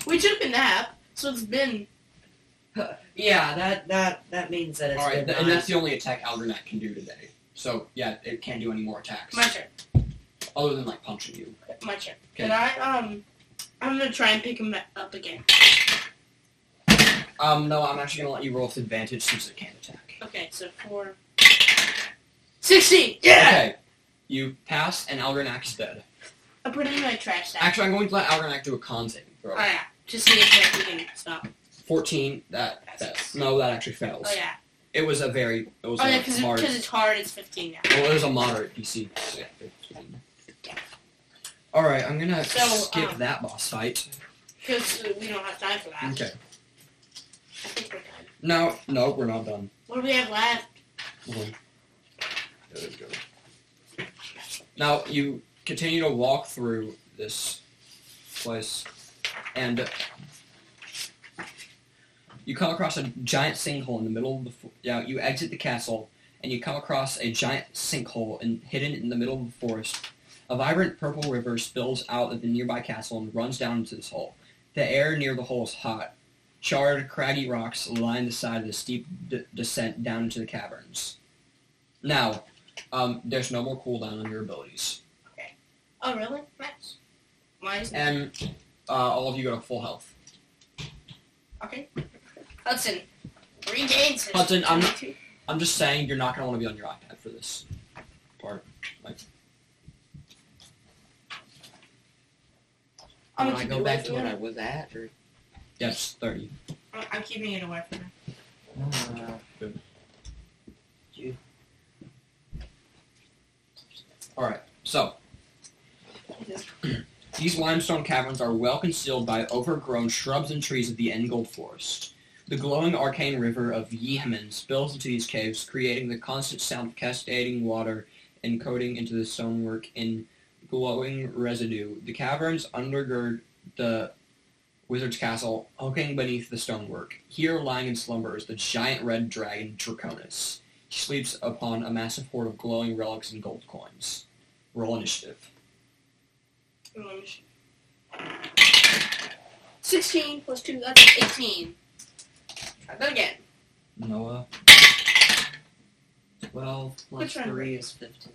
Speaker 2: We took a nap, so it's been.
Speaker 3: Yeah, that that that means that it's
Speaker 1: All right,
Speaker 3: been
Speaker 1: th- and
Speaker 3: nine.
Speaker 1: that's the only attack Algernet can do today. So yeah, it can't do any more attacks
Speaker 2: My turn.
Speaker 1: other than like punching you.
Speaker 2: My turn.
Speaker 1: Okay.
Speaker 2: And I, um, I'm gonna try and pick him back up again.
Speaker 1: Um, no, I'm actually gonna let you roll with advantage since it can't attack.
Speaker 2: Okay, so four. 16! Yeah!
Speaker 1: Okay. You pass, and Algernak is dead.
Speaker 2: I put him in my trash sack.
Speaker 1: Actually, I'm going to let Algernak do a con saving throw.
Speaker 2: Oh, yeah. To see if like, he can stop.
Speaker 1: 14, that, that, no, that actually fails.
Speaker 2: Oh, yeah.
Speaker 1: It was a very, it was
Speaker 2: Oh,
Speaker 1: a
Speaker 2: yeah, because
Speaker 1: moderate,
Speaker 2: it's hard, it's 15 now.
Speaker 1: well, it was a moderate DC. So yeah, 15. Alright, I'm gonna
Speaker 2: So,
Speaker 1: skip
Speaker 2: um,
Speaker 1: that boss fight.
Speaker 2: Because uh, we don't have time for that.
Speaker 1: Okay.
Speaker 2: I think we're done.
Speaker 1: No, no, we're not done.
Speaker 2: What do we have left?
Speaker 1: There we go. Now, you continue to walk through this place, and you come across a giant sinkhole in the middle of the... fo- Yeah, you exit the castle, and you come across a giant sinkhole and hidden in the middle of the forest. A vibrant purple river spills out of the nearby castle and runs down into this hole. The air near the hole is hot. Charred, craggy rocks line the side of the steep d- descent down into the caverns. Now, um, there's no more cooldown on your abilities.
Speaker 2: Oh, really? Nice. Why is that?
Speaker 1: And uh, all of you go to full health.
Speaker 2: Okay. Hudson. Regains his
Speaker 1: Hudson, I'm-
Speaker 2: 22.
Speaker 1: I'm just saying you're not going to want to be on your iPad for this part.
Speaker 2: I'm
Speaker 3: When
Speaker 2: gonna
Speaker 3: I
Speaker 2: keep
Speaker 3: go
Speaker 2: it
Speaker 3: back
Speaker 2: away
Speaker 3: to
Speaker 2: from
Speaker 3: what I
Speaker 2: him.
Speaker 3: was at, or
Speaker 1: Yes, 30.
Speaker 2: I'm I'm keeping it away from him.
Speaker 3: uh,
Speaker 1: So, these limestone caverns are well concealed by overgrown shrubs and trees of the Engold Forest. The glowing arcane river of Yemen spills into these caves, creating the constant sound of cascading water and coating into the stonework in gl- glowing residue. The caverns undergird the wizard's castle, hulking beneath the stonework. Here, lying in slumber, is the giant red dragon Draconis. He sleeps upon a massive hoard of glowing relics and gold coins. Roll initiative.
Speaker 2: Sixteen plus two, that's eighteen. Try that again.
Speaker 1: Noah.
Speaker 3: 12 plus
Speaker 2: Which one?
Speaker 3: 3 is 15.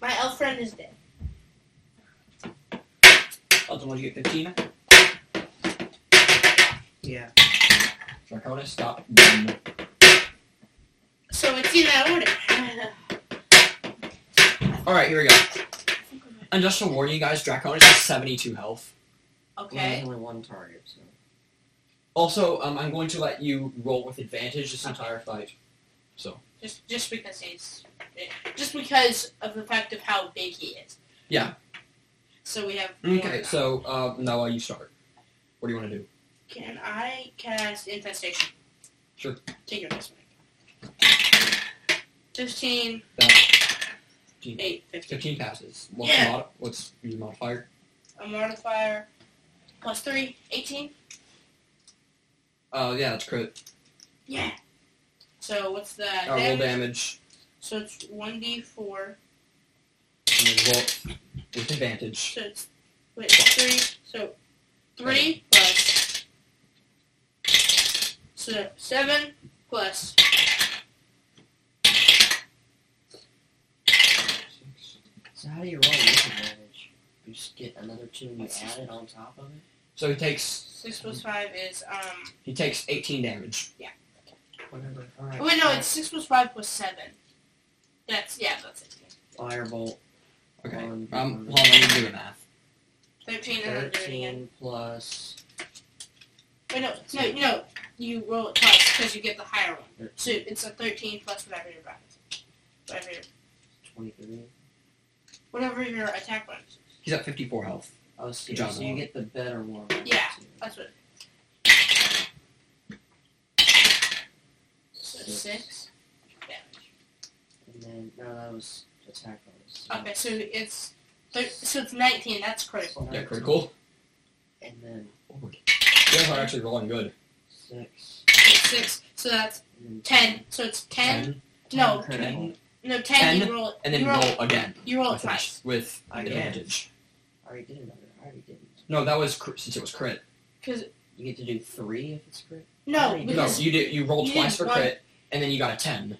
Speaker 2: My elf friend is dead.
Speaker 1: Elton, what did you get? 15?
Speaker 3: Yeah.
Speaker 1: Draconis, top one.
Speaker 2: So it's in that order.
Speaker 1: Alright, here we go. And just to warn you guys, Draconis has 72 health.
Speaker 3: Well,
Speaker 2: okay.
Speaker 3: there's only one target, so.
Speaker 1: Also, um, I'm going to let you roll with advantage this entire fight. So
Speaker 2: Just just because he's just because of the fact of how big he is.
Speaker 1: Yeah.
Speaker 2: So we have
Speaker 1: okay, so uh, Noah, you start. What do you want to do?
Speaker 2: Can I cast infestation?
Speaker 1: Sure.
Speaker 2: Take your next one. Fifteen.
Speaker 1: That-
Speaker 2: Eight. Fifteen.
Speaker 1: Fifteen passes. What's
Speaker 2: Yeah.
Speaker 1: the modi- what's your modifier?
Speaker 2: A modifier plus three. Eighteen.
Speaker 1: Uh, yeah, that's crit.
Speaker 2: Yeah. So what's the
Speaker 1: Uh, roll damage.
Speaker 2: So it's one d four.
Speaker 1: And then roll it with advantage.
Speaker 2: So it's wait three. So three plus. So seven plus
Speaker 3: So how do you roll this advantage? You just get another 2 and you add it on top of it?
Speaker 1: So he takes
Speaker 2: six plus five is um.
Speaker 1: he takes eighteen damage.
Speaker 3: Whatever. Alright.
Speaker 2: oh, Wait no, it's six plus five plus seven. That's yeah, that's it.
Speaker 3: Firebolt.
Speaker 1: Okay.
Speaker 3: on-
Speaker 1: Um, hold on, let me do the math.
Speaker 2: Thirteen and I'm doing it again.
Speaker 3: 13 plus.
Speaker 2: Wait, no, no, no. You roll it twice because you get the higher one. So it's a 13 plus whatever your bonus is. Whatever your,
Speaker 3: 23.
Speaker 2: whatever your attack bonus is.
Speaker 1: He's at fifty-four health.
Speaker 3: Oh, so,
Speaker 1: John
Speaker 3: so you
Speaker 1: Wall.
Speaker 3: get the better one.
Speaker 2: Yeah. Oh, That's what so
Speaker 3: Six.
Speaker 2: Six damage.
Speaker 3: And then, no, that was attack bonus.
Speaker 2: Okay, so it's thir- so it's 19. That's critical.
Speaker 1: Yeah, critical.
Speaker 3: And then
Speaker 1: You guys are actually rolling good.
Speaker 3: 6.
Speaker 2: It's six. So that's
Speaker 3: And then
Speaker 2: 10. So it's 10.
Speaker 1: Ten,
Speaker 2: No,
Speaker 3: critical.
Speaker 2: no 10.
Speaker 1: Ten,
Speaker 2: you roll it.
Speaker 1: and then
Speaker 2: you roll,
Speaker 1: roll again
Speaker 2: You roll it
Speaker 1: with,
Speaker 2: twice.
Speaker 1: with
Speaker 3: Again.
Speaker 1: advantage.
Speaker 3: I already did another. I already did.
Speaker 1: No, that was cr- since it was crit.
Speaker 2: Cause
Speaker 3: You get to do 3 if it's crit?
Speaker 2: no,
Speaker 3: No,
Speaker 1: No,
Speaker 2: because
Speaker 1: you did. You rolled
Speaker 2: you
Speaker 1: twice
Speaker 2: did
Speaker 1: for
Speaker 2: one-
Speaker 1: crit, and then you got a ten.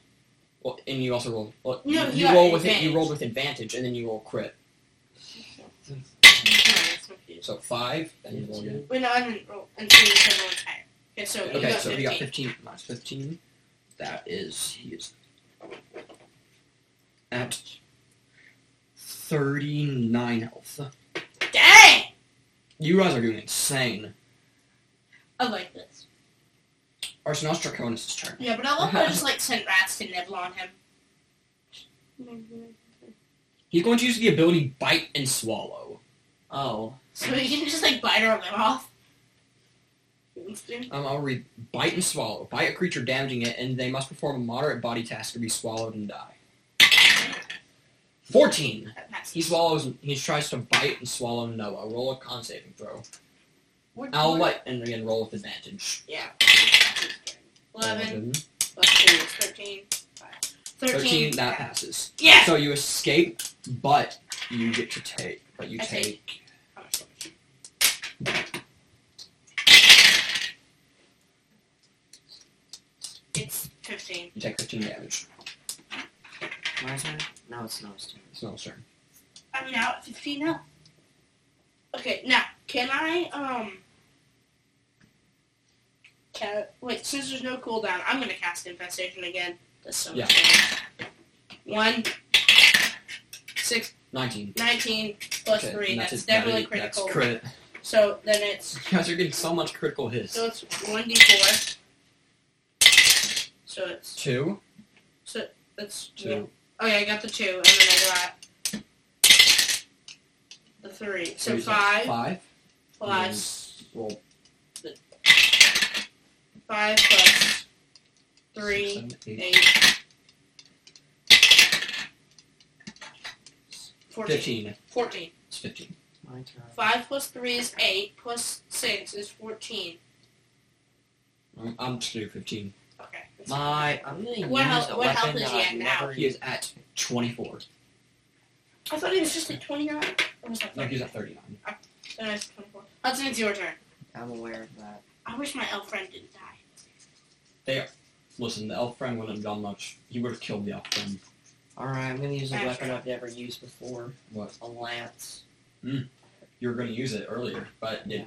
Speaker 1: Well, and you also rolled. Well,
Speaker 2: No,
Speaker 1: you,
Speaker 2: you
Speaker 1: you
Speaker 2: got
Speaker 1: roll with it.
Speaker 2: advantage.
Speaker 1: You rolled with advantage, and then you roll crit. So five, then you roll again.
Speaker 2: Wait, no, I didn't roll until you said roll higher. Okay, so you
Speaker 1: Okay,
Speaker 2: got
Speaker 1: so
Speaker 2: 15.
Speaker 1: we got fifteen minus fifteen. That is he is at thirty-nine health.
Speaker 2: Dang!
Speaker 1: You guys are doing insane.
Speaker 2: I like this.
Speaker 1: Arsenal's Draconis' turn.
Speaker 2: Yeah, but I love how I just like sent rats to nibble on him.
Speaker 1: He's going to use the ability Bite and Swallow.
Speaker 3: Oh.
Speaker 2: So we can just like bite her on the mouth.
Speaker 1: Um, I'll read Bite and Swallow. Bite a creature, damaging it, and they must perform a moderate body task or be swallowed and die. 14.
Speaker 2: That passes.
Speaker 1: He swallows. He tries to bite and swallow Noah. Roll a con saving throw.
Speaker 2: We're-
Speaker 1: I'll
Speaker 2: we're-
Speaker 1: let and again roll with advantage.
Speaker 2: Yeah.
Speaker 1: Oh,
Speaker 2: Eleven plus two is thirteen. Five.
Speaker 1: 13,
Speaker 2: Thirteen.
Speaker 1: That passes.
Speaker 2: Yeah.
Speaker 1: So you escape, but you get to take. But you
Speaker 2: I take.
Speaker 1: take.
Speaker 2: How much damage? It's fifteen.
Speaker 1: You take 15 damage.
Speaker 3: My turn? No, it's not his turn.
Speaker 1: It's not turn.
Speaker 2: I'm now at 15 now. Okay, now, can I, um... Can, wait, since there's no cooldown, I'm going to cast Infestation again. That's so much damage. One, six,
Speaker 1: 19.
Speaker 2: 19 plus
Speaker 1: Okay,
Speaker 2: three.
Speaker 1: and
Speaker 2: That's,
Speaker 1: it.
Speaker 2: definitely
Speaker 1: That is-
Speaker 2: critical.
Speaker 1: That's crit.
Speaker 2: so then it's
Speaker 1: You guys are getting so much critical hits.
Speaker 2: so it's one d four. So it's
Speaker 1: Two.
Speaker 2: that's
Speaker 1: Two.
Speaker 2: Oh yeah, I got the two, and then I got the three. So
Speaker 1: Three,
Speaker 2: five
Speaker 1: Five.
Speaker 2: plus
Speaker 1: Roll.
Speaker 2: five plus three
Speaker 1: seven, eight.
Speaker 2: eight 14.
Speaker 1: 15.
Speaker 2: 14.
Speaker 1: It's 15.
Speaker 3: My turn.
Speaker 2: 5 plus 3 is 8, plus 6 is 14.
Speaker 1: I'm, I'm just gonna do 15.
Speaker 2: Okay. that's-
Speaker 3: My, I'm gonna
Speaker 2: What
Speaker 3: use
Speaker 2: health-
Speaker 3: a
Speaker 2: what health
Speaker 3: weapon
Speaker 2: is
Speaker 3: that
Speaker 2: he
Speaker 3: I've
Speaker 2: at now?
Speaker 3: never
Speaker 1: He is at 24.
Speaker 2: I thought he was just at 29. Or was that
Speaker 1: No,
Speaker 2: 30?
Speaker 1: he's at 39.
Speaker 2: No, it's 24. Hudson, it's your turn.
Speaker 3: I'm aware of that.
Speaker 2: I wish my elf friend didn't die.
Speaker 1: Listen, the elf friend wouldn't have done much. He would have killed the elf friend.
Speaker 3: Alright, I'm gonna use a
Speaker 2: Actually.
Speaker 3: weapon I've never used before.
Speaker 1: What?
Speaker 3: A lance.
Speaker 1: You were gonna use it earlier, but it,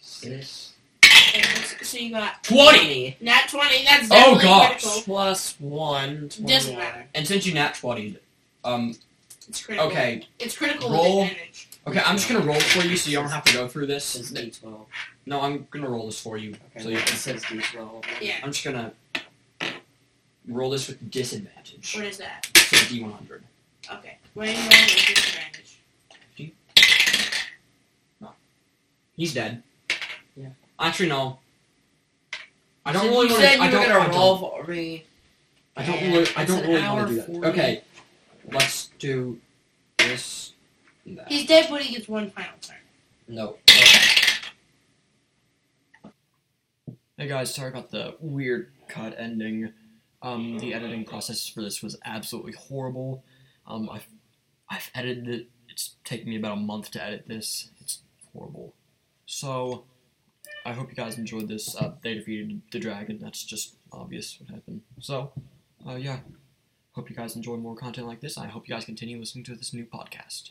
Speaker 3: Six.
Speaker 2: Okay, so- So you got
Speaker 1: 20!
Speaker 2: not 20, that's
Speaker 1: Oh,
Speaker 2: definitely
Speaker 1: gosh.
Speaker 2: critical.
Speaker 3: Plus one.
Speaker 2: Doesn't
Speaker 3: 21.
Speaker 2: matter.
Speaker 1: And since you nat 20, um,
Speaker 2: It's critical.
Speaker 1: okay,
Speaker 2: It's critical
Speaker 1: Roll.
Speaker 2: with advantage.
Speaker 1: okay, I'm just gonna roll for you so you don't have to go through
Speaker 3: Says
Speaker 1: this.
Speaker 3: D12.
Speaker 1: No, I'm gonna roll this for you.
Speaker 3: Okay,
Speaker 1: So you
Speaker 3: it
Speaker 1: can
Speaker 3: says D12.
Speaker 2: Yeah.
Speaker 1: I'm just gonna roll this with disadvantage. So
Speaker 2: What is that?
Speaker 1: D100.
Speaker 2: Okay. What are you rolling with disadvantage?
Speaker 1: He's dead.
Speaker 3: Yeah.
Speaker 1: Actually, no. I
Speaker 3: You
Speaker 1: don't
Speaker 3: said-
Speaker 1: really
Speaker 3: you
Speaker 1: want
Speaker 3: said
Speaker 1: to.
Speaker 3: you
Speaker 1: I
Speaker 3: were
Speaker 1: don't.
Speaker 3: gonna
Speaker 1: I don't,
Speaker 3: roll for me.
Speaker 1: I don't really. I
Speaker 3: It's
Speaker 1: don't
Speaker 3: an
Speaker 1: really
Speaker 3: hour
Speaker 1: want to do that.
Speaker 3: 40.
Speaker 1: Okay, let's do this. And that.
Speaker 2: He's dead, but he gets one final turn.
Speaker 1: No.
Speaker 4: Hey guys, sorry about the weird cut ending. Um, the editing process for this was absolutely horrible. Um, I've, I've edited it. It's taken me about a month to edit this. It's horrible. So, I hope you guys enjoyed this. Uh, they defeated the dragon. That's just obvious what happened. So, uh, yeah. Hope you guys enjoy more content like this. I hope you guys continue listening to this new podcast.